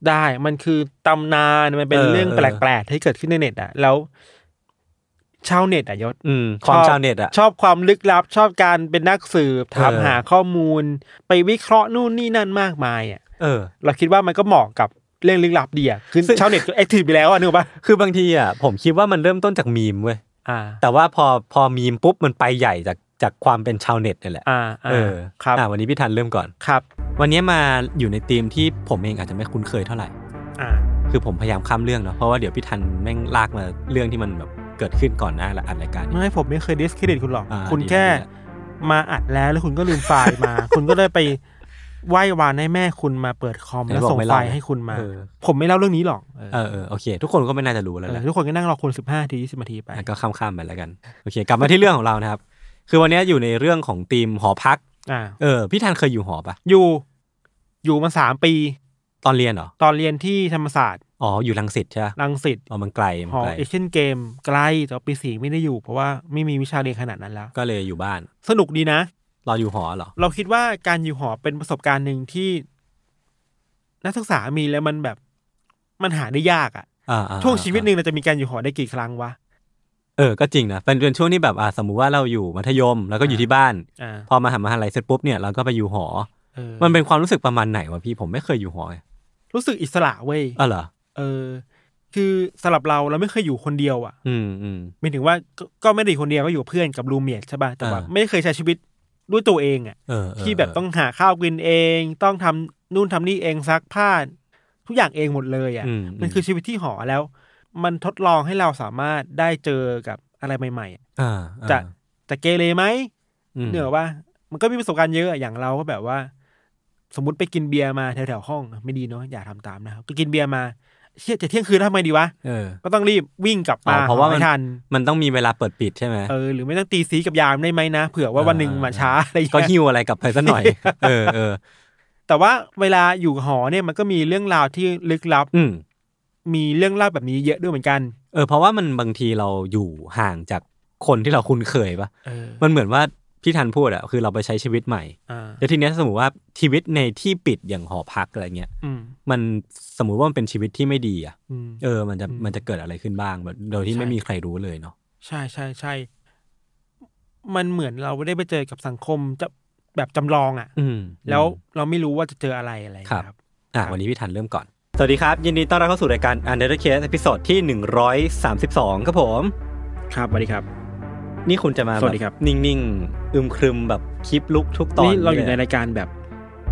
ได้มันคือตำนานมันเป็น เออ เรื่อง เออ แปลกๆที่เกิดขึ้นในเน็ตอ่ะแล้ว ชาวเน็ตอ่ะยศ อืมความ ชอบ ชาวเน็ตอ่ะ ชอบความลึกลับ ชอบการเป็นนักสืบถาม เออ หาข้อมูล ไปวิเคราะห์นู่นนี่นั่นมากมายอ่ะ เออ เราคิดว่ามันก็เหมาะกับเรื่องลึกลับดีอ่ะคือ ซึ่ง ชาวเน็ตแอคทีฟไปแล้วอ่ะนึกออกปะ คือบางทีอ่ะผมคิดว่ามันเริ่มต้นจากมีมเว้ย อ่า แต่ว่าพอพอมีมปุ๊บมันไปใหญ่จากจากความเป็นชาวเน็ตนี่แหละ อ่า เอ อ่า อ ครับ อ่ะวันนี้พี่ทันเริ่มก่อน ครับ วันนี้มาอยู่ในธีมที่ผมเองอาจจะไม่คุ้นเคยเท่าไหร่ อ่า คือผมพยายามข้ามเรื่องเนาะเพราะว่าเดี๋ยวพี่ทันแม่งลากมาเรื่องที่มันแบบเกิดขึ้นก่อนหน้าละอัดรายการนี้ ไม่ผมไม่เคยดิสเครดิตคุณหรอก อ่า คุณ ดี แค่ ดีแหละ มาอัดแล้วแล้วคุณก็ลืมไฟล์ มา คุณก็เลยไปไหว้วานให้แม่คุณมาเปิดคอม ไหน แล้ว บอก ส่ง ไม่ ไฟ เล่า ล์ให้คุณมา เออ ผมไม่เล่าเรื่องนี้หรอกเออ เออเออโอเค ทุกคนก็ไม่น่าจะรู้แล้วแห เออ ละ ทุกคนก็นั่งรอคุณสิบห้าทียี่สิบนาทีไป อ่ะก็ข้ามๆไปแล้วกัน โอเค กลับมาที่เรื่องของเรานะครับ คือวันนี้อยู่ในเรื่องของธีมหอพัก อ่า เออ พี่ทันเคยอยู่หอปะ อยู่ อยู่มาสามปี ตอนเรียนเหรอ ตอนเรียนที่ธรรมศาสตร์ อ๋อ อยู่ลังสิตใช่ปะ รังสิต อ๋อมันไกลมัน หอ ไกล เอเชียนเกมไกลแต่ว่าปีสี่ไม่ได้อยู่ เพราะว่าไม่มีวิชาเรียนขนาดนั้นแล้ว ก็เลยอยู่บ้าน สนุกดีนะ เราอยู่หอเหรอ เราคิดว่าการอยู่หอเป็นประสบการณ์หนึ่งที่ นักศึกษามีแล้วมันแบบมันหาได้ยากอะ อ่าอ่า ช่วงชีวิตหนึ่ อ่าง เราจะมีการอยู่หอได้กี่ครั้งวะ เออ ก็จริงนะ เป็นเป็นช่วงที่แบบอ่ะสมมุติว่าเราอยู่มัธยม แล้วก็อยู่ที่บ้าน อ่า พอมาหามหาลัยเสร็จปุ๊บเนี่ย เราก็ไปอยู่หอ เออ มันเป็นความรู้สึกประมาณไหนวะพี่ ผมไม่เคยอยู่หอเลย รู้สึกอิสระเว้ย อ๋อเหรอ เออ คือสำหรับเราเราไม่เคยอยู่คนเดียวอ่ะ อืมอืม หมายถึงว่าก็ก็ไม่ได้อยู่คนเดียวก็อยู่กับเพื่อนกับรูเมทใช่ป่ะแต่ว่า อ่า ไม่เคยใช้ชีวิตด้วยตัวเองอ่ะ เออเออ ที่แบบต้องหาข้าวกินเอง ต้องทำนู่นทำนี่เองซักผ้าทุกอย่างเองหมดเลยอ่ะ อืม มันคือชีวิตที่หอแล้ว มันทดลองให้เราสามารถได้เจอกับอะไรใหม่ อ่า ๆ จะจะเกเรไหม ม เหนือว่า มันก็มีประสบการณ์เยอะอะอย่างเราก็แบบว่า สมมติไปกินเบียร์มาแถวๆห้องไม่ดีเนาะอย่าทำตามนะครับก็กินเบียร์มาเชี่ยจะเที่ยงคืนแล้วทำไงดีวะ เออ ก็ต้องรีบวิ่งกลับมา อ๋อเพราะว่า ห มั ไม่ น ทัน มันต้องมีเวลาเปิดปิดใช่ไหม เออหรือไม่ต้องตีสีกับยามได้ไหมนะเผื่อว่าวันหนึ่งมาช้าอะไรอย่าง ก็ เงี้ย หิ้วอะไรกลับไปสัก หน่อย เออเออ แต่ว่าเวลาอยู่หอเนี่ยมันก็มีเรื่องราวที่ลึกลับ อืม มีเรื่องเล่าแบบนี้เยอะด้วยเหมือนกัน เออ เพราะว่ามันบางทีเราอยู่ห่างจากคนที่เราคุ้นเคยปะ เออ มันเหมือนว่าพี่ทันพูดอะคือเราไปใช้ชีวิตใหม่ อ่า แล้วทีเนี้ยสมมติว่าชีวิตในที่ปิดอย่างหอพักอะไรเงี้ย อืม มันสมมุติว่ามันเป็นชีวิตที่ไม่ดีอะ อืม เออ มันจะ อืม มันจะเกิดอะไรขึ้นบ้างแบบโดยที่ ใช่ ไม่มีใครรู้เลยเนาะ ใช่ใช่ใช่มันเหมือนเราได้ไปเจอกับสังคมจะแบบจำลองอะ่ะ อืม แล้วเราไม่รู้ว่าจะเจออะไรอะไร ครับ ครับ อ่ะวันนี้พี่ทันเริ่มก่อน สวัสดีครับ ยินดีต้อนรับเข้าสู่รายการ u n d e r Case ตอนที่ 132 ครับผม ครับสวัสดีครับ นี่คุณจะมา สวัสดีครับ แนิ่งๆ อึมครึมแบบคลิปลุกทุกตอน นี่เราอยู่ ล ในรายการแบบ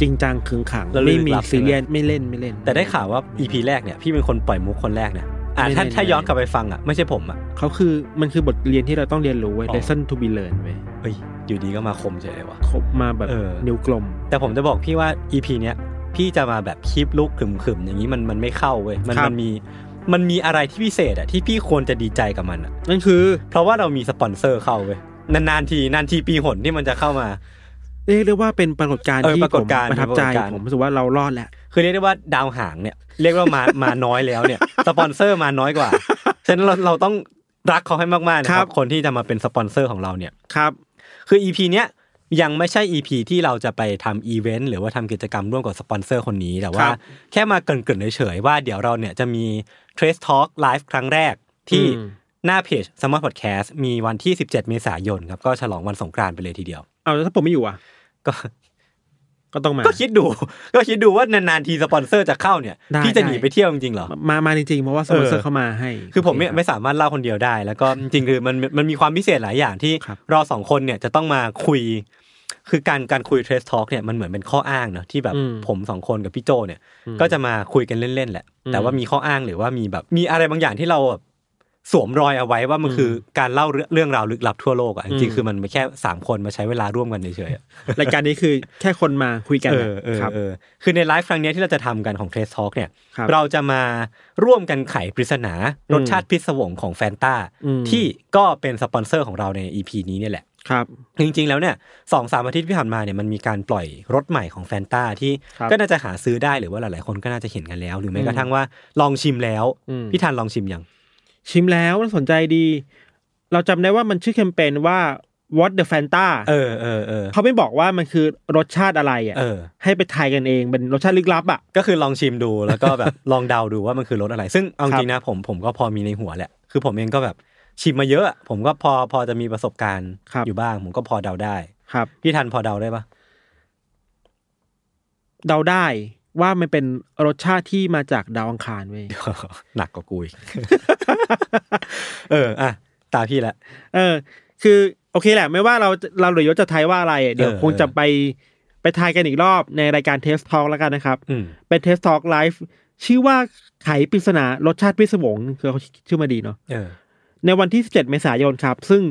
จริงจังขึงขัง เรา ไม่ ลึก มี ลับ ซีเรียสไม่เล่นไม่เล่น แต่ได้ข่าวว่า EP แรกเนี่ยพี่เป็นคนปล่อยมุกคนแรกนะอ่ะถ้า ไม่ได้ ถ้าย้อนกลับไปฟังอ่ะไม่ใช่ผมอ่ะ เขาคือมันคือบทเรียนที่เราต้องเรียนรู้เว้ย อ๋อ lesson to be learned เว้ย เฮ้ยอยู่ดีก็มาคมเฉยเลยวะ ครบมาแบบ เออ นิ้วกลม แต่ผมจะบอกพี่ว่า EP เนี้ยพี่จะมาแบบคลิปลุกขึมๆอย่างนี้มันมันไม่เข้าเว้ยมัน ครับ มันมีมันมีอะไรที่พิเศษอ่ะที่พี่ควรจะดีใจกับมันอ่ะ นั่นคือ เพราะว่าเรามีสปอนเซอร์เข้าเว้ยนานๆทีนานทีปีหนที่มันจะเข้ามา เรียกได้ว่าเป็นปรากฏการณ์ เออ ที่ ปราก ผ ฏ ม การณ์ ประทับใจ ปรากฏการณ์ ผมรู้สึกว่าเรารอดแล้ว คือเรียกได้ว่าดาวหางเนี่ยเรียกว่ามา มาน้อยแล้วเนี่ยสปอนเซอร์มาน้อยกว่าฉะนั้นเราเราต้องรักเขาให้มากๆนะค ครั รับ บ คนที่จะมาเป็นสปอนเซอร์ของเราเนี่ย ครับ คือ EP เนี้ยยังไม่ใช่ EP ที่เราจะไปทำอีเวนต์หรือว่าทำกิจกรรมร่วมกับสปอนเซอร์คนนี้ แต่ ค ว่า รับ แค่มาเกรินๆเฉยๆว่าเดี๋ยวเราเนี่ยจะมี Trace Talk Live ครั้งแรกที่ อืม หน้าเพจ s m a r t Podcast มีวันที่ 17 เมษายนครับ ก็ฉลองวันสงกรานต์ไปเลยทีเดียว เอาแล้วถ้าผมไม่อยู่อ่ะ ก็ ก็ต้องมา ก็คิดดู ก็คิดดูว่านานๆทีสปอนเซอร์จะเข้าเนี่ย ได้ พี่จะ ได้ หนีไปเที่ยวจริงๆเหรอ มามาจริงๆเพราะว่าสปอนเซอ เออร์เข้ามาให้ คือผมเนี่ย โเ ไม่สามารถเล่าคนเดียวได้ แล้วก็ จริงๆคือมันมันมีความพิเศษหลายอย่างที่ ครับ เราสองคนเนี่ยจะต้องมาคุย คือการการคุยเทรสทอ a l กเนี่ยมันเหมือนเป็นข้ออ้างเนอะที่แบบ อืม ผมสองคนกับพี่โจเนี่ย ก็จะมาคุยกันเล่นๆแหละ แต่ว่ามีข้ออ้างหรือว่ามีแบบมีอะไรบางอย่างที่เราแบบสวมรอยเอาไว้ว่ามันคือการเล่าเรื่องเรื่องราวลึกลับทั่วโลกอ่ะจริง อืม ๆคือมันแค่สามคนมาใช้เวลาร่วมกันเฉยๆอะ รายการนี้คือแค่คนมาคุยกัน เอ นะ อเออ ครับ เออคือในไลฟ์ครั้งเนี้ยที่เราจะทำกันของเทรสทอ a l กเนี่ย ครับ เราจะมาร่วมกันไขปริศนา รสชาติพิศวงของแฟนตา อืม ที่ก็เป็นสปอนเซอร์ของเราใน EP นี้เนี่ยแหละ ครับ จริงๆแล้วเนี่ยสองสามอาทิตย์ที่ผ่านมาเนี่ยมันมีการปล่อยรถใหม่ของแฟนตาที่ ครับ ก็น่าจะหาซื้อได้หรือว่าหลายๆคนก็น่าจะเห็นกันแล้ว หรือแม้ อืม กระทั่งว่าลองชิมแล้ว อืม พี่ทันลองชิมยัง ชิมแล้วน่าสนใจดี เราจำได้ว่ามันชื่อแคมเปญว่า what the fanta เออเออเออ เขาไม่บอกว่ามันคือรสชาติอะไรอ่ะ เออ ให้ไปทายกันเองเป็นรสชาติลึกลับอ่ะ ก็คือลองชิมดูแล้วก็แบบ ลองเดาดูว่ามันคือรสอะไร ซึ่งเอาจริงๆนะผมผมก็พอมีในหัวแหละ คือผมเองก็แบบชิมมาเยอะ ผมก็พอพอจะมีประสบการณ์ ครับ อยู่บ้าง ผมก็พอเดาได้ ครับ พี่ทันพอเดาได้ปะ เดาได้ว่ามันเป็นรสชาติที่มาจากดาวอังคารเว้ย หนักกว่ากูอีก เออ อ่ะตาพี่ละ เออ คือโอเคแหละ ไม่ว่าเราเราหรือยศจะทายว่าอะไรอ่ะเดี๋ยว เออ คงจะไปไปทายกันอีกรอบในรายการเทสทอ a l แล้วกันนะครับ อืม เป็นเทสทอ a l ไลฟ์ชื่อว่าไขปริศนารสชาติพิศวงคือเขาชื่อมาดีเนาะ เออ ในวันที่ 17 เมษายนครับ ซึ่ง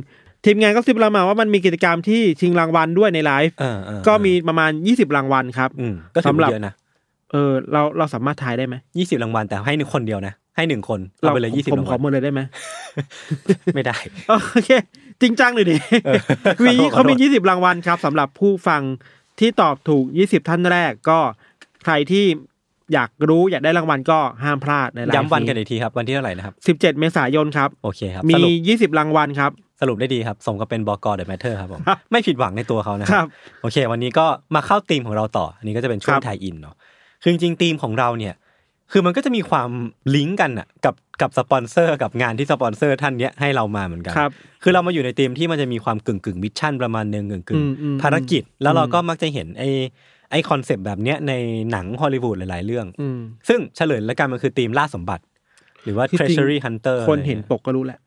ทีมงานก็ซิบเรามาว่ามันมีกิจกรรมที่ชิงรางวัลด้วยในไลฟ์ เออเออ ก็มีประมาณ 20 รางวัลครับ อืมก็ถือ สำหรั ว่า บ เยอะนะ เออเราเราสามารถทายได้ไหม ยี่สิบรางวัลแต่ให้หนึ่งคนเดียวนะ ให้หนึ่งคนเอาไปเลยยี่สิบ ผม ราง ข วั อ ล หมดเลยได้ไหม ไม่ได้ โอเค จริงจัง เลยดิ เออ มี ขอโทษ เขามี ขอโทษ 20 รางวัลครับสำหรับผู้ฟังที่ตอบถูก 20 ท่านแรกก็ใครที่อยากรู้อยากได้รางวัลก็ห้ามพลาดในไลฟ์ ย้ำวันกันอีกทีครับ วันที่เท่าไหร่นะครับ สิบเจ็ดเมษายนครับ โอเคครับ มี สรุป 20 รางวัลครับ สรุปได้ดีครับ สมกับเป็นบอกอเดอะแมทเทอร์ครับผม ไม่ผิดหวังในตัวเขานะค ครั รับบ โอเค วันนี้ก็มาเข้าธีมของเราต่อ อันนี้ก็จะเป็นช่ว ค ง รับ ไทยอินเนาะคือจริงๆธีมของเราเนี่ย คือมันก็จะมีความลิงก์กันอะกับกับสปอนเซอร์กับงานที่สปอนเซอร์ท่านเนี้ยให้เรามาเหมือนกัน ครับ คือเรามาอยู่ในธีมที่มันจะมีความกึ่งกึ่งมิชชั่นประมาณหนึ่งกึ่งกึ่ง อืมอืม ภารกิจ แล้วเรา อืม ก็มักจะเห็นไอ้ไอ้คอนเซปต์แบบเนี้ยในหนังฮอลลีวูดหลาย ๆ เรื่อง อืม ซึ่งเฉลยแล้วกันมันคือธีมล่าสมบัติ หรือว่า ที่จริง treasury hunter คนเห็น อะไร ป งี้ย กก็รู้แหละ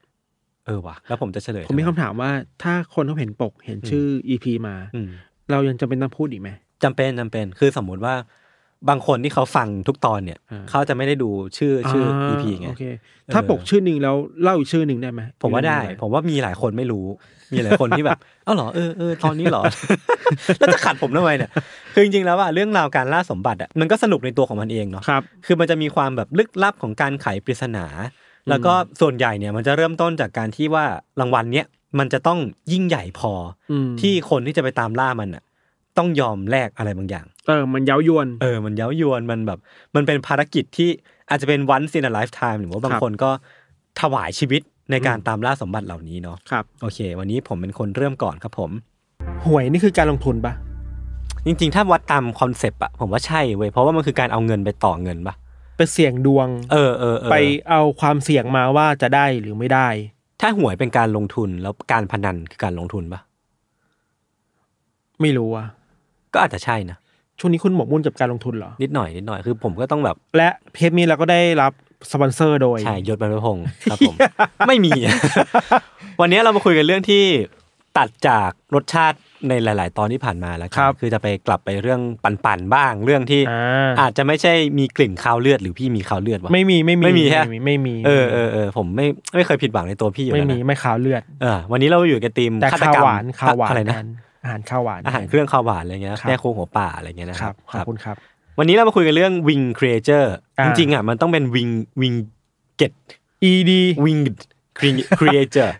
เออว่ะแล้วผมจะเฉลย ผมมี ทำ คำ ไ ถามว่าถ้าคนเขาเห็นปกเห็นชื่อ EP มา อืม เรายังจำเป็นต้องพูดอีกไหม จำเป็นจำเป็นคือสมมุติว่าบางคนที่เขาฟังทุกตอนเนี่ย อ่า เขาจะไม่ได้ดูชื่อชื่อ า EP ไง โอเค ถ้า เออ ปกชื่อหนึ่งแล้วเล่าอีกชื่อหนึ่งได้ไหม ผมว่าได้ ผมว่ามีหลายคนไม่รู้ มีหลายคนที่แบบ เอ้าเหรอเออเออตอนนี้เหรอ แล้วจะขัดผมทำไมเนี่ยคือจริงๆแล้วว่าเรื่องราวการล่าสมบัติอ่ะมันก็สนุกในตัวของมันเองเนาะ ครับ คือมันจะมีความแบบลึกลับของการไขปริศนา แล้วก็ส่วนใหญ่เนี่ยมันจะเริ่มต้นจากการที่ว่ารางวัลเนี้ยมันจะต้องยิ่งใหญ่พออ อืม ที่คนที่จะไปตามล่ามันอ่ะ ต้องยอมแลกอะไรบางอย่าง เออมันเย้ายวน เออ มันเย้ายวน มันแบบ มันเป็นภารกิจที่อาจจะเป็น once in a lifetime หรือว่าบาง ครับ คนก็ถวายชีวิตในการตามล่าสมบัติเหล่านี้เนาะ ครับ โอเค วันนี้ผมเป็นคนเริ่มก่อนครับผม หวยนี่คือการลงทุนปะ จริงๆ ถ้าวัดตามคอนเซปต์อะผมว่าใช่เว้ย เพราะว่ามันคือการเอาเงินไปต่อเงินปะ ไปเสี่ยงดวง เออเออเออ ไปเอาความเสี่ยงมาว่าจะได้หรือไม่ได้ ถ้าหวยเป็นการลงทุนแล้วการพนันคือการลงทุนปะ ไม่รู้อะ ก็อาจจะใช่นะ ช่วงนี้คุณหมกมุ่นกับการลงทุนเหรอ นิดหน่อยนิดหน่อย คือผมก็ต้องแบบ และเทปนี้เราก็ได้รับสปอนเซอร์โดย ใช่ยศบรรพพง ศ์ครับผม ไม่มี วันนี้เรามาคุยกันเรื่องที่ตัดจากรสชาติในหลาย ๆ ตอนที่ผ่านมาแล้ว ครับ คือจะไปกลับไปเรื่องปันๆบ้างเรื่องที่ อ่า อาจจะไม่ใช่มีกลิ่นคาวเลือดหรือพี่มีคาวเลือดวะ ไม่มีไม่มี ไม่มีฮะ ไม่มี เออเออเออผมไม่ไม่เคยผิดหวังในตัวพี่อยู่ ไม่ แล้ว มี นะ ไม่ขาวเลือด เออวันนี้เราอยู่กับทีม แต่ ฆาต ข้าว กรรมหวานข้าวหวาน อะไรนะ ทอาหารข้าวหวาน อาหารเครื่องข้าวหวานอะไรเงี้ย ครับ แม่โคงหัวป่าอะไรเงี้ยนะ ค ค รั รั บบ ขอบคุณครับ วันนี้เรามาคุยกันเรื่อง wing creature อ่า จริงๆอ่ะมันต้องเป็น wing wing get ED วิงครีเอเจอ ร์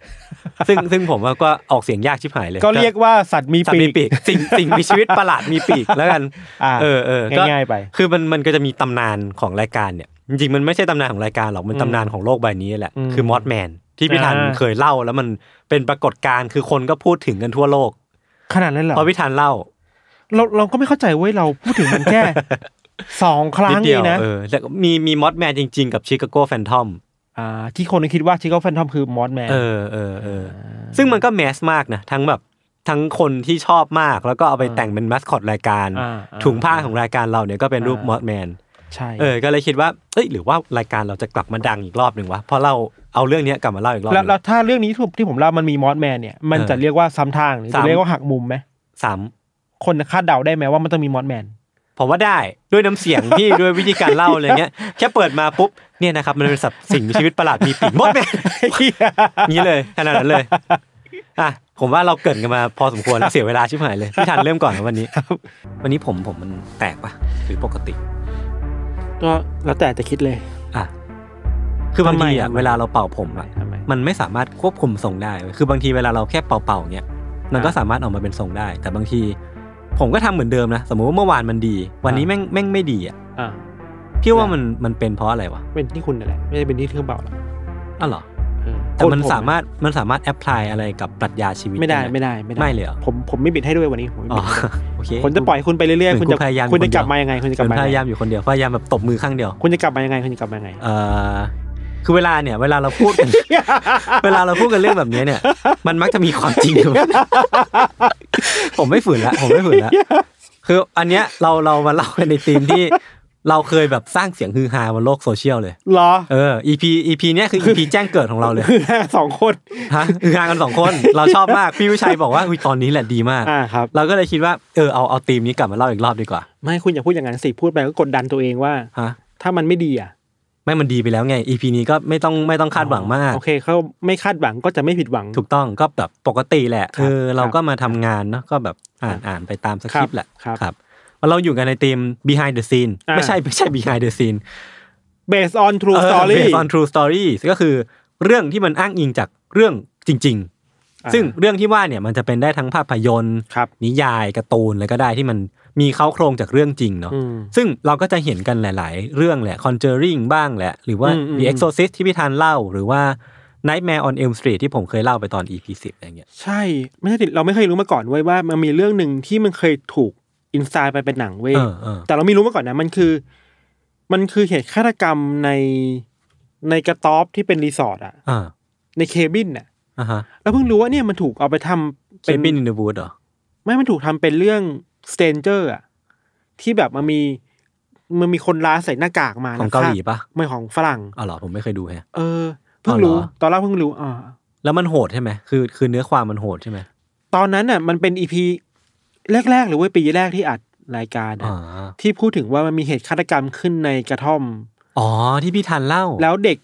ซึ่งซึ่งผมว่าก็ออกเสียงยากชิบหายเลย ก็เรียกว่าสัตว์มี สัต ปี ว์มีปี ก กสิ่งสิ่งมีชีวิตประหลาดมีปีกแล้วกัน อ่า เออเออก็ ง่ายๆไป คือมันมันก็จะมีตำนานของรายการเนี่ย จริงๆ มันไม่ใช่ตำนานของรายการหรอกมันตำนานของโลกใบนี้แหละ อืม คือมอสแมนที่พี่ทัน อ่า เคยเล่าแล้วมันเป็นปรากฏการณ์คือคนก็พูดถึงกันทั่วโลก ขนาดนั้นเหรอ เพราะพี่ทันเล่า เราเราก็ไม่เข้าใจเว้ยเราพูดถึงมันแค่ สองครั้ นิด ง เดี เอ ยว งนะ เออแล้วก็มีมีมอสแมนจริง ๆ กับชิคาโกแฟนทอม ่า ที่คนคิดว่าชิคาโกแฟนทอมคือมอสแมน เออเออเออ ซึ่งมันก็แมสมากนะ ทั้งแบบทั้งคนที่ชอบมาก แล้วก็เอาไปแต่งเป็นมาสคอตรายการ อ่าอ่า ถุงผ้าของรายการเราเนี่ยก็เป็นรูป อ่าม ม อสแมน ใช่ เออ ก็เลยคิดว่าเอ้ยหรือว่ารายการเราจะกลับมาดังอีกรอบหนึ่งวะเพราะเราเอาเรื่องเนี้ยกลับมาเล่าอีกรอบห แล้ว นึ่ แล้ว ง ถ้าเรื่องนี้ที่ผมที่ผมเล่ามันมีมอสแมนเนี่ยมัน เออ จะเรียกว่าซ้ำทางหรือ ซ้ำ จะเรียกว่าหักมุมไหม สาม คนคาดเดาได้ไหมว่ามันต้องมีมอสแมน ผมว่าได้ด้วยน้ำเสียงที่ ด้วยวิธีการเล่าอะไรเงี้ย แค่เปิดมาปุ๊บเนี่ยนะครับมันเป็นสัตว์สิ่งมีชีวิตประหลาดมีปีกมดแม น นี้เลยขนาดนั้นเลยอ่ะผมว่าเราเกรินกันมาพอสมควรแล้วเสียเวลาชิบหายเลยพี่ทันเริ่มก่อนนะวันนี้วันนี้ผมผมมันแตกปะหรือปกติ ก็แล้วแต่จะคิดเลย อ่ะ คือบางทีอ่ะ ทำไม เวลาเราเป่าผมอ่ะ ทำไม มันไม่สามารถควบคุมทรงได้เว้ยคือบางทีเวลาเราแค่เป่าๆเงี้ย มันก็สามารถออกมาเป็นทรงได้ แต่บางที ผมก็ทำเหมือนเดิมนะ สมมุติว่าเมื่อวานมันดี วันนี้แม่งแม่งไม่ดีอ่ะ อ่า พี่ว่ามันมันเป็นเพราะอะไรวะ เป็นที่คุณนั่นแหละไม่ได้เป็นที่เครื่องเป่าหรอก อ้าวเหรอ เออ แต่มัน คผ สามารถมันสามารถแอพพลายอะไรกับปรัชญาชีวิต ไม่ได้ ห ไม่ได้ไม่ได้ ไม่เลยเหรอ ผมผมไม่บิดให้ด้วยวันนี้ผมไม่ อ๋อบิ ดให้ด้วย โอเค ผมจะปล่อยให้คุณไปเรื่อย เหมืนๆคุณจะ พยายาม คุณจะกลันบเดีว มายังไงคุณจะกลับ เหมื มา อนพยายาม งไง อยู่คนเดียวพยายามแบบตบมือข้างเดียว คุณจะกลับมายังไงคุณจะกลับมายังไง เอ่อคือเวลาเนี่ย เวลาเราพูดกัน เวลาเราพูดกันเรื่องแบบนี้เนี่ย มันมักจะมีความจริงอยู่ ผมไม่ฝืนละผมไม่ฝืนละคืออันเนี้ยเราเรามาเล่ากันในธีมที่ เราเคยแบบสร้างเสียงฮือฮาบนโลกโซเชียลเลย เหรอ เออ EP EP เนี้ยคือ EP แจ้งเกิดของเราเลย คือสองคน ฮะฮือฮากันสองคน เราชอบมากพี่วิชัยบอกว่าอุ๊ยตอนนี้แหละดีมาก อ่าครับ เราก็เลยคิดว่าเออเอาเอาธีมนี้กลับมาเล่าอีกรอบดีกว่า ไม่คุณอย่าพูดอย่างนั้นสิพูดไปก็กดดันตัวเองว่า ฮะ ถ้ามันไม่ดีอ่ะ ไม่มันดีไปแล้วไง EP นี้ก็ไม่ต้องไม่ต้องคาดหวังมาก โอเคเขาไม่คาดหวังก็จะไม่ผิดหวัง ถูกต้องก็แบบปกติแหละ ครับ เออเรา ครับ ก็มาทำงานเนาะก็แบบอ่านอ่านไปตามสคริปต์แหละ ครับ ครับเราอยู่กันในทีม behind the scene อ่า ไม่ใช่ไม่ใช่ behind the scene based on true เออ story based on true story ก็คือเรื่องที่มันอ้างอิงจากเรื่องจริง อ่า ๆ ซึ่งเรื่องที่ว่าเนี่ยมันจะเป็นได้ทั้งภาพยนตร์ ครับ นิยายการ์ตูนอะไรก็ได้ที่มันมีเข้าโครงจากเรื่องจริงเนาะ อืม ซึ่งเราก็จะเห็นกันหลาย ๆ เรื่องแหละ Conjuring บ้างแหละ หรือว่า อืมอืม The Exorcist ที่พี่ธันเล่า หรือว่า Nightmare on Elm Street ที่ผมเคยเล่าไปตอน EP 10อะไรเงี้ย ใช่ ไม่ใช่ดิเราไม่เคยรู้มาก่อนเว้ยว่า มันมีเรื่องหนึ่งที่มันเคยถูกอินสไตล์ไปเป็นหนังเว้ย เออเออ แต่เราไม่รู้มาก่อนนะ มันคือ มันคือเหตุฆาตกรรมในในกระต๊อบที่เป็นรีสอร์ทอ่ะ อ่า ในเคบินอ่ะ อ่าฮะ แล้วเพิ่งรู้ว่าเนี่ยมันถูกเอาไปทำ เค เป็น ปินอินเดอะวูดเหรอ ไม่มันถูกทำเป็นเรื่องสเตนเจอร์อ่ะที่แบบมันมีมันมีคนร้ายใส่หน้ากากมา ของ แล้ว เกา ฆ่ หลีปะ ไม่ของฝรั่ง อ๋อเหรอ ผมไม่เคยดูแฮะ เออ เพิ่ง อ๋อเหรอ รู้ ตอนแรกเพิ่งรู้อ่า แล้วมันโหดใช่ไหมคือคือเนื้อความมันโหดใช่ไหม ตอนนั้นน่ะ มันเป็นอีพีแรก ๆ หรือว่าปีแรกที่อัดรายการอะ อ่า ที่พูดถึงว่ามันมีเหตุฆาตกรรมขึ้นในกระท่อม อ๋อ ที่พี่ธันเล่า แล้วเด็ก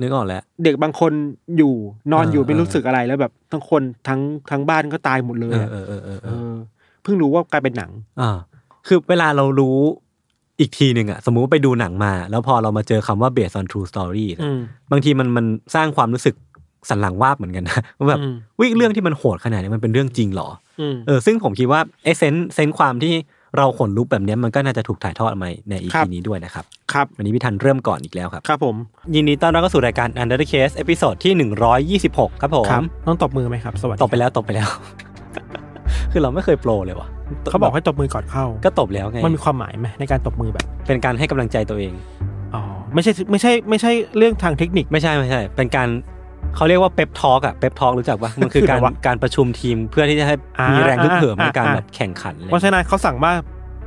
นึกออกแล้ว เด็กบางคนอยู่นอน เออ อ อ ยู่ไม่รู้สึกอะไรแล้วแบบทั้งคนทั้งทั้งบ้านก็ตายหมดเลย เออ อะ เออเออเออ เอ เออ อ เพิ่งรู้ว่ากลายเป็นหนัง อ่าคือเวลาเรารู้อีกทีหนึ่งอะสมมุติไปดูหนังมา แล้วพอเรามาเจอคำว่า based on true story นะ อืม บางทีมันมันสร้างความรู้สึกสันหลังวาบเหมือนกันนะ ว่าแบบ อืม วิ่งเรื่องที่มันโหดขนาดนี้มันเป็นเรื่องจริงเหรอ อืม เออซึ่งผมคิดว่าไอ้เซนส์เซนส์ความที่เราขนลุกแบบเนี้ยมันก็น่าจะถูกถ่ายทอดมาในอี ครั พี บ นี้ด้วยนะครับ ครับ วันนี้พี่ทันเริ่มก่อนอีกแล้วครับ ครับผม ยินดีต้อนรับเข้าสู่รายการ Under the Case เอพิโซดที่ 126 ครับผม ครับต้องตบมือไหมครับ สวัสดี ตบไปแล้วตบไปแล้ว คือเราไม่เคยโปรเลยว่ะ เขาบอกให้ตบมือก่อนเข้า ก็ตบแล้วไง มันมีความหมายไหมในการตบมือแบบ เป็นการให้กำลังใจตัวเอง อ๋อไม่ใช่ไม่ใช่ไม่ใช่เรื่องทางเทคนิค ไม่ใช่ไม่ใช่ เป็นการเขาเรียกว่าเปปทอกอะเปปทอกรู้จักปะมันคือการ คืออะไรวะ การประชุมทีมเพื่อที่จะให้ อ่ามี มีแรงฮึกเหิม อ่า ในการ อ่า แบบแข่งขันอะไร เพราะฉะนั้นเขาสั่งว่า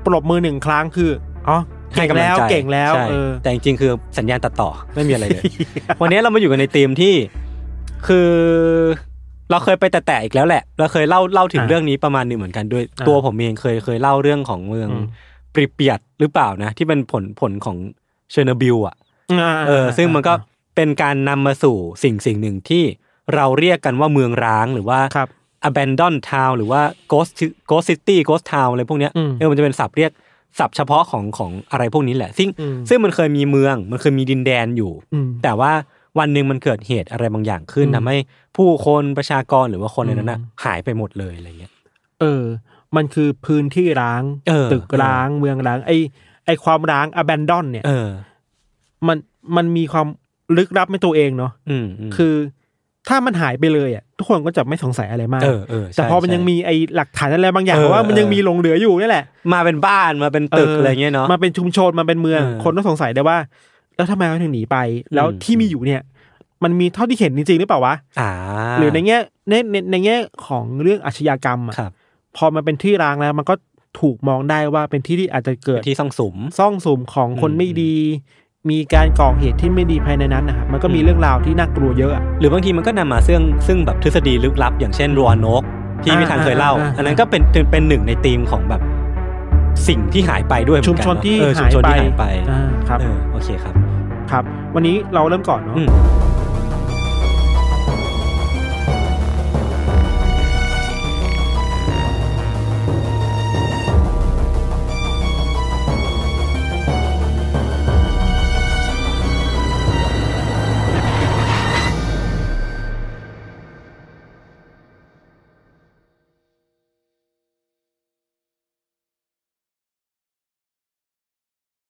ปรบมือหนึ่งครั้งคืออ๋อเก่ ให้ ง กำลั แล้ ง ว ใจ เก่งแล้ว ใช่ เออ แต่จริงๆคือสัญญาณตัดต่อไม่มีอะไร เลย วันนี้เรามาอยู่กันในธีมที่คือเราเคยไปแตะๆอีกแล้วแหละเราเคยเล่าเล่าถึง อ่ะ เรื่องนี้ประมาณหนึงเหมือนกันด้วย อ่ะ ตัวผมเองเคยเคยเล่าเรื่องของเมือง อืม ปริเปียตหรือเปล่านะ ที่เป็นผลผลของเชอร์โนบิลอ่ะเออ ซึ่งมันก็เป็นการนำมาสู่สิ่งสิ่งหนึ่งที่เราเรียกกันว่าเมืองร้างหรือว่า ครับ abandon town หรือว่า ghost ghost city ghost town อะไรพวกเนี้ย อืม เออมันจะเป็นศัพท์เรียกศัพท์เฉพาะของของอะไรพวกนี้แหละ ซึ่ง อืม ซึ่งมันเคยมีเมืองมันเคยมีดินแดนอยู่ อืม แต่ว่าวันหนึ่งมันเกิดเหตุอะไรบางอย่างขึ้น อืม ทำให้ผู้คนประชากรหรือว่าคนในนั้นนะ อืม หายไปหมดเลยอะไรเงี้ย เออ มันคือพื้นที่ร้าง เออ ตึกร้างเมืองร้าง ไอไอความร้าง abandon เนี่ย เออ มันมันมีความลึกลับในตัวเองเนาะ อืมม คือ ถ้ามันหายไปเลยอ่ะทุกคนก็จะไม่สงสัยอะไรมาก เออเออใช่ แต่พอมัน ใช่ ยังมีไอหลักฐานอะไรบางอย่าง เออ ว่ามันยัง เออ มีหลงเหลืออยู่นี่แหละ มาเป็นบ้านมาเป็นตึกอะไรเงี้ยเนาะ มาเป็นชุมชนมาเป็นเมือง เออ คนก็สงสัยได้ว่า แล้วทำไมเขาถึงหนีไป แล้ว อืม ที่มีอยู่เนี่ย มันมีเท่าที่เห็นจริงๆหรือเปล่าวะ อ่า หรือในแง่ในในในแง่ของเรื่องอาชญากรรมอ่ะ ครับ พอมันเป็นที่ร้างแล้ว มันก็ถูกมองได้ว่าเป็นที่ที่อาจจะเกิด ที่ซ่องสุม ซ่องสุมของคน อืม ไม่ดี มีการก่อเหตุที่ไม่ดีภายในนั้นนะครับมันก็มีเรื่องราวที่น่ากลัวเยอะอะ หรือบางทีมันก็นำมาซึ่งซึ่งแบบทฤษฎีลึกลับ อย่างเช่นรัวนก ที่ อ่า พี่ธันเคยเล่า อ่าอ่า อันนั้นก็เป็นเป็นเป็นหนึ่งในธีมของแบบสิ่งที่หายไปด้วยเห ชุ อ ม กั ชนที่ เออชุมชนที่หายไป อ่าครับ เออโอเคครับ ครับ วันนี้เราเริ่มก่อนเนาะ อืม